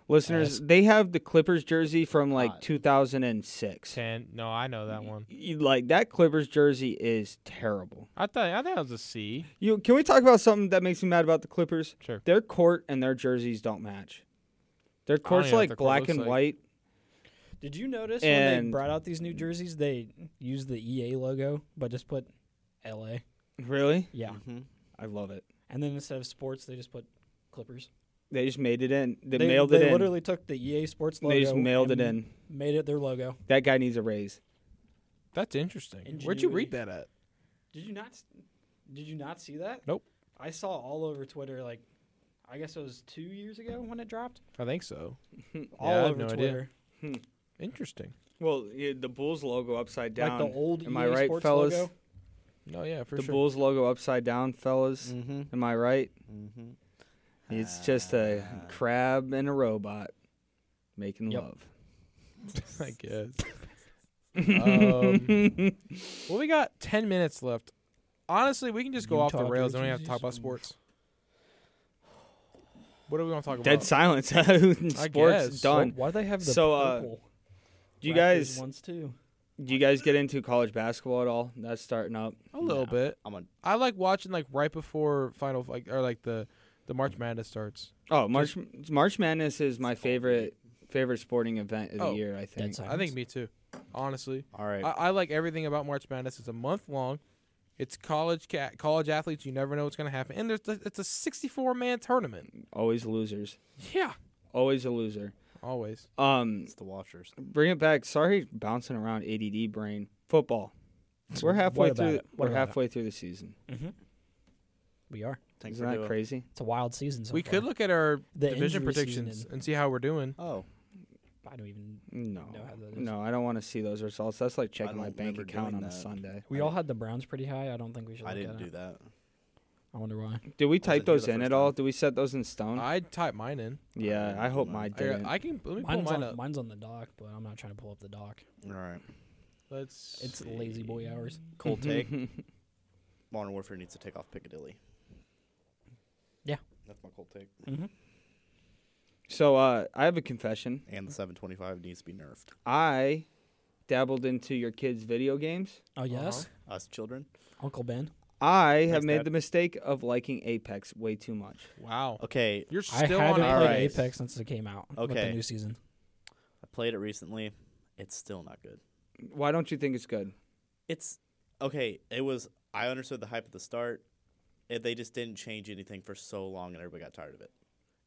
Listeners, Yes. they have the Clippers jersey from like Hot. 2006. ten. No, I know Mm. that one. You- Like that Clippers jersey is terrible. I thought I think that was a C. You can we talk about something that makes me mad about the Clippers? Sure. Their court and their jerseys don't match. Their don't court's even know what like their court black looks and like. white. Did you notice when And- they brought out these new jerseys, they used the EA logo but just put LA? Really? Yeah. I love it. And then instead of sports, they just put Clippers. They just made it in. They, mailed they it in. literally took the EA Sports logo. They just mailed it and in. Made it their logo. That guy needs a raise. That's interesting. Where'd you read that at? Did you not? s- Did you not see that? Nope. I saw all over Twitter. Like, I guess it was two years ago when it dropped. I think so. All I have over no idea. Twitter. Interesting. Well, the Bulls logo upside Like the old Am EA I right, Sports fellas? logo. No, yeah, for The sure. Bulls logo upside down, fellas. Mm-hmm. Am I right? Mm-hmm. It's just a crab and a robot making Yep. love. I guess. um, well, we got ten minutes left. Honestly, we can just go off the Utah rails. and We don't have to jerseys. talk about sports. What are we gonna talk Dead about? silence. I Sports guess. done. Why they have the the So, uh, purple do you guys ones too? do you guys get into college basketball at all? That's starting up. A little bit. I'm on. I like watching like right before final like or like the the March Madness starts. Oh, March March Madness is my favorite favorite sporting event of the Oh, year. I think. I think me too. Honestly, All right. Uh, I, I like everything about March Madness. It's a month long. It's college ca- college athletes. You never know what's gonna happen. And there's it's a 64 man tournament. Always losers. Yeah, Always a loser. always. Um, it's the Washers. bring it back. Sorry, bouncing around ADD brain. Football. We're halfway about through. it? We're What about it? halfway through the season. We are. Thanks Isn't for that doing- crazy? It's a wild season. So we far. could look at our The division injury season predictions and- and see how we're doing. Oh, I don't even. No. Know how that is. No, I don't want to see those results. That's like checking my don't bank remember account doing on a that. Sunday. We all had the Browns pretty high. I don't think we should. I look didn't at do it. that. I wonder why. Did we wasn't here type those the in first at all? time. Did we set those in Um, stone? I type mine in. yeah, I I hope didn't. mine I, got- didn't. I can let me pull Mine's mine on, up. mine's on the dock, but I'm not trying to pull up the dock. All right. Let's. It's lazy boy hours. Cold take. Modern Warfare needs to take off Piccadilly. Yeah. That's my cold take. Mm-hmm. so uh, I have a confession. And the 725 needs to be nerfed. I dabbled into your kids' video games. Oh yes, Us children. Uh-huh. Uncle Ben. I have Thanks, made Dad. the mistake of liking Apex way too much. Wow. Okay, You're I still on haven't it. played Alright. Apex since it came out. with the Okay. new season. I played it recently. It's still not good. Why don't you think it's good? It's okay. It was. I understood the hype at the start. and they just didn't change anything for so long, and everybody got tired of it.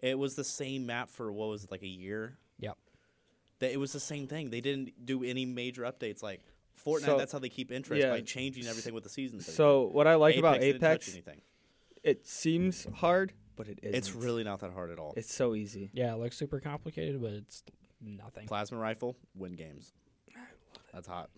It was the same map for what was it, like a year. Yep. That it was the same thing. They didn't do any major updates. Like Fortnite, So- that's how they keep interest yeah. by changing everything with the seasons. and So what I like everything. about didn't touch Apex, anything. it seems hard, but it isn't. it's really not that hard at all. it's so easy. Yeah, it looks super complicated, but it's nothing. Plasma rifle, win games. That's hot.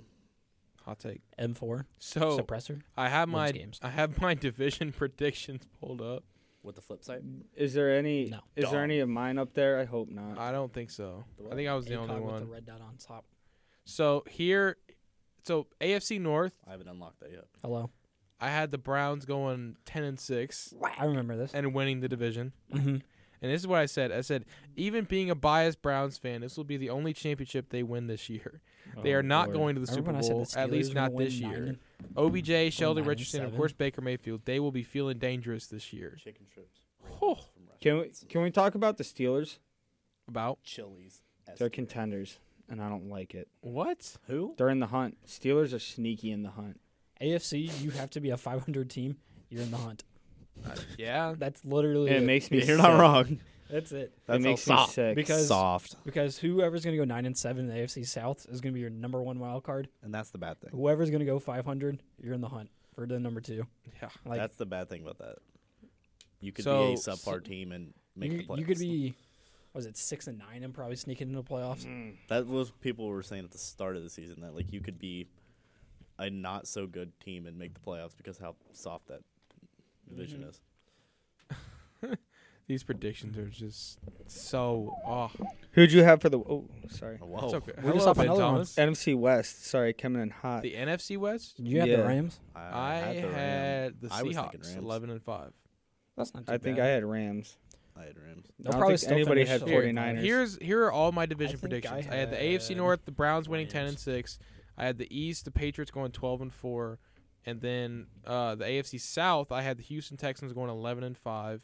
Hot take. M4 So suppressor. I have wins my games. I have my division predictions pulled up. With the flip side, Is there any? No. Is there Dog. any of mine up there? I hope not. I don't think so. I think I was the ACOG only with one. the red dot on top. So here, so AFC North, I haven't unlocked that yet. Hello. I had the Browns going ten and six I remember this. and winning the division. hmm And this is what I said. I said, even being a biased Browns fan, this will be the only championship they win this year. they are not going to the Super Remember when Oh, I said Bowl, the at least Steelers not were gonna this win nine year. and- OBJ, Sheldon nine and Richardson, of seven. course Baker Mayfield, they will be feeling dangerous this year. Chicken strips. Oh, Can we can we talk about the Steelers? about Chili's. They're contenders, and I don't like it. what? Who? They're in the hunt. Steelers are sneaky in the hunt. AFC, you have to be a 500 team. You're in the hunt. Uh, Yeah, That's literally And it. it makes me. sick. You're not wrong. That's it. It makes me sick. Because- soft, Because whoever's going to go 9 and 7 in the AFC South is going to be your number 1 wild card. and that's the bad thing. Whoever's going to go 500, you're in the hunt for the number 2. yeah. Like that's the bad thing about that. You could be a So- subpar team and make you, the playoffs. you could be, was it six and nine and probably sneaking into the playoffs? Mm. That was what people were saying at the start of the season that like you could be a not so good team and make the playoffs because how soft that division Mm-hmm. is. These predictions are just so. Oh, Who'd you have for the? Oh, sorry. Wow. it's okay. We're just Hello, off Ben another one. Thomas. NFC West. Sorry, coming in hot. The NFC West. Did you have Yeah. the Rams? I the Ram- had the I was thinking Seahawks, Rams. eleven and five. That's not too I think I had Rams. I had Rams. They'll I don't probably think still anybody finish had the- Here- 49ers. Here's here are all my division think I predictions. I had, the AFC had North, the Browns winning ten Rams. and six. I had the East, the Patriots going twelve and four, and then uh, the AFC South. I had the Houston Texans going eleven and five,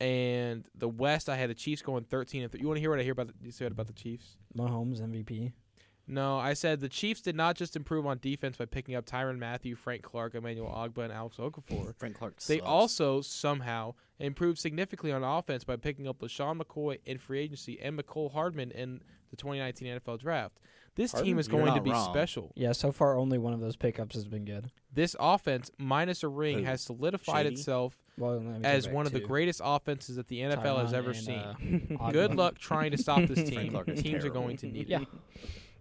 and the West. I had the Chiefs going thirteen and three. You want to hear what I hear about the, you said about the Chiefs? Mahomes MVP. No, I said the Chiefs did not just improve on defense by picking up Tyron Matthew, Frank Clark, Emmanuel Ogba, and Alex Okafor. Frank Clark. They sucks. also somehow improved significantly on offense by picking up LaShawn McCoy in free agency and McCole Hardman in the 2019 NFL draft. This team Hardman? is You're going to not be wrong. special. Yeah, so far only one of those pickups has been good. This offense, minus a ring, Who? has solidified Shady? itself Well, let me go as back one of the to greatest offenses that the NFL has Tyron ever and, seen. uh, Good Ogba. luck trying to stop this team. Clark Teams is are terrible. going to need Yeah, it.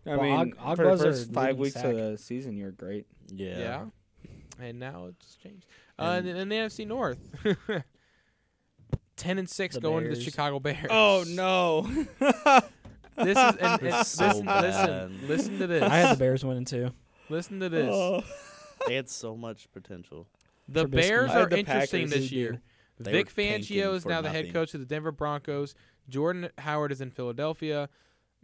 I Well, mean, Og- for the Ogba's our first five leading weeks sack. of the season, you were great. Yeah. Yeah. And now it's changed. Uh, and, then the NFC North. 10 and 6 The going to the Bears. Chicago Bears. Oh, no! This is and, and so listen, bad. listen, listen to this. I had the Bears winning too. Listen to this. Oh. They had so much potential. the Trubisky. Bears I had are the interesting Packers, this dude. year. They Vic were tanking Fangio is for now the head nothing. coach of the Denver Broncos. Jordan Howard is in Philadelphia.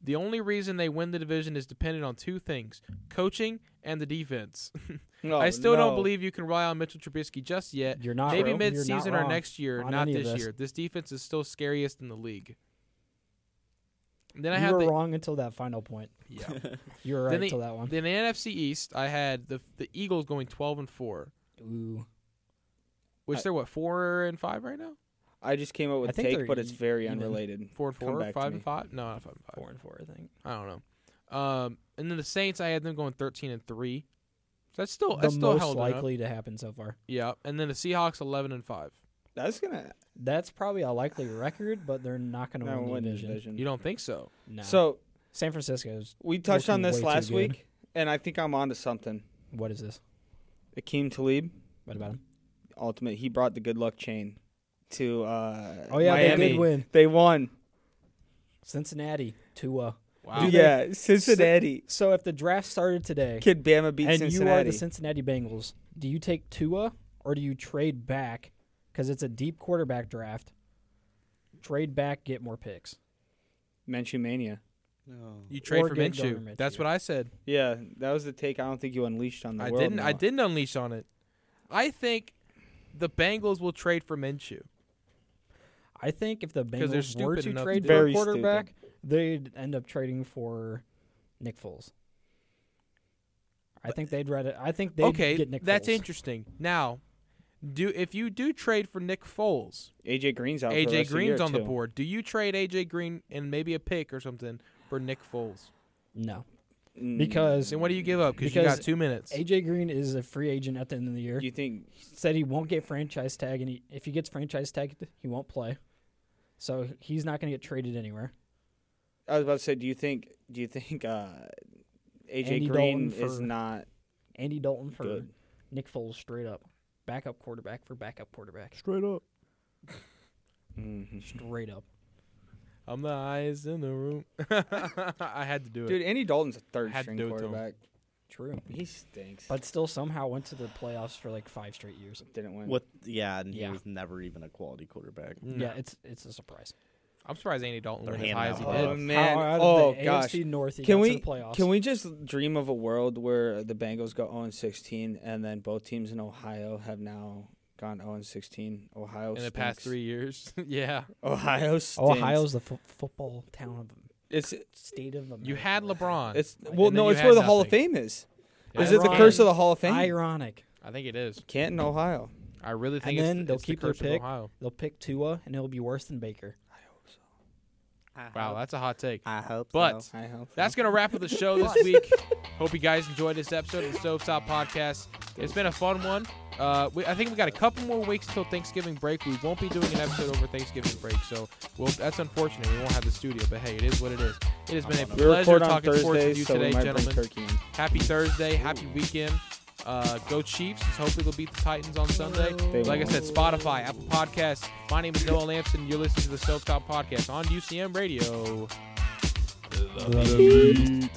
The only reason they win the division is dependent on two things: coaching and the defense. Oh, I still don't believe you can rely on Mitchell Trubisky just yet. You're not Maybe wrong. You're not mid-season or wrong next year, on not any of this, this. year. This defense is still scariest in the league. And then I You had were the wrong until that final point. Yeah. You were right Then the- until that one. Then the NFC East, I had the the Eagles going twelve and four, Ooh. which I- they're what four and five right now, I just came up with I think take, they're but it's e- very even. unrelated. four and Come four, back to five me. and five. No, not five and five. Four and four, I think. I don't know. Um, and then the Saints, I had them going thirteen and three. So that's still the that's still most held up. likely to happen so far. Yeah, and then the Seahawks eleven and five. That's gonna That's probably a likely record, but they're not going to no, win the win the division. division. You don't think so? No. So San Francisco's. we touched on Looking way this too last good. week, and I think I'm onto something. What is this? Akeem Talib, What about him? ultimate, he brought the good luck chain to uh, Oh yeah, Miami. they did win. They won. Cincinnati, Tua. Wow. yeah, Cincinnati. So if the draft started today Kid Bama beat and you are Cincinnati. the Cincinnati Bengals, do you take Tua or do you trade back? Because it's a deep quarterback draft. Trade back, get more picks. Minshew mania. You trade Or for get Gardner Minshew. That's Minshew. what I said. Yeah, that was the take. I don't think you unleashed on the I world. didn't. I Noah. didn't unleash on it. I think the Bengals will trade for Minshew. I think if the 'Cause they're Bengals were stupid to enough to trade do for it. a quarterback, they'd end up trading for Nick Foles. I think they'd rather. I think they okay, get Nick. that's Foles. interesting. Now, do if you do trade for Nick Foles, AJ Green's out. Oh, for the rest AJ of the year, Green's on the too. board. Do you trade AJ Green and maybe a pick or something for Nick Foles? No, Mm, because Then what do you give up? Because you Because got two minutes. AJ Green is a free agent at the end of the year. you think said he won't get franchise tag, and he, if he gets franchise tagged, he won't play. So he's not going to get traded anywhere. I was about to say, do you think do you think uh, AJ Andy Green Dalton is for- not Andy Dalton for Good. Nick Foles, straight up, backup quarterback for backup quarterback, Straight up. Mm-hmm. straight up. I'm the eyes in the room. I had to do it. dude? Andy Dalton's a third Had to string do it to him. quarterback. True, He stinks. but still somehow went to the playoffs for like five straight years. didn't win. What? Yeah, and he Yeah. was never even a quality quarterback. No. Yeah, it's it's a surprise. I'm surprised Andy Dalton They're went as handing high as he out did. hugs. man! How out of oh the gosh! AFC North he Can got we to the playoffs. can we just dream of a world where the Bengals go 0 16 and then both teams in Ohio have now gone 0 16? Ohio In the past stinks. three years, yeah, Ohio stinks. Ohio's the f- football town of the it's state of America. you had LeBron. it's And well then no you it's had where the Hall of nothing. Fame is. Yeah. Is it the curse of the Hall of Fame? Ironic. I think it is. Canton, Ohio. I really think and it's, then the- they'll it's keep the their curse of pick. Ohio. They'll pick Tua, and it'll be worse than Baker. Wow, that's a hot take. I hope. But I hope so. That's going to wrap up the show this week. Hope you guys enjoyed this episode of the Stovetop Podcast. It's been a fun one. Uh, we, I think we got a couple more weeks till Thanksgiving break. We won't be doing an episode over Thanksgiving break, so well, that's unfortunate. We won't have the studio, but hey, it is what it is. It has been a We pleasure record on talking sports with Thursdays, you so today, we might gentlemen. bring turkey in. Happy Thursday, happy weekend. Uh, go Chiefs. Let's Hopefully, they'll beat the Titans on Sunday. They like I won't. said, Spotify, Apple Podcasts. My name is Noah Lampson. You're listening to the Soap Top Podcast on UCM Radio. The-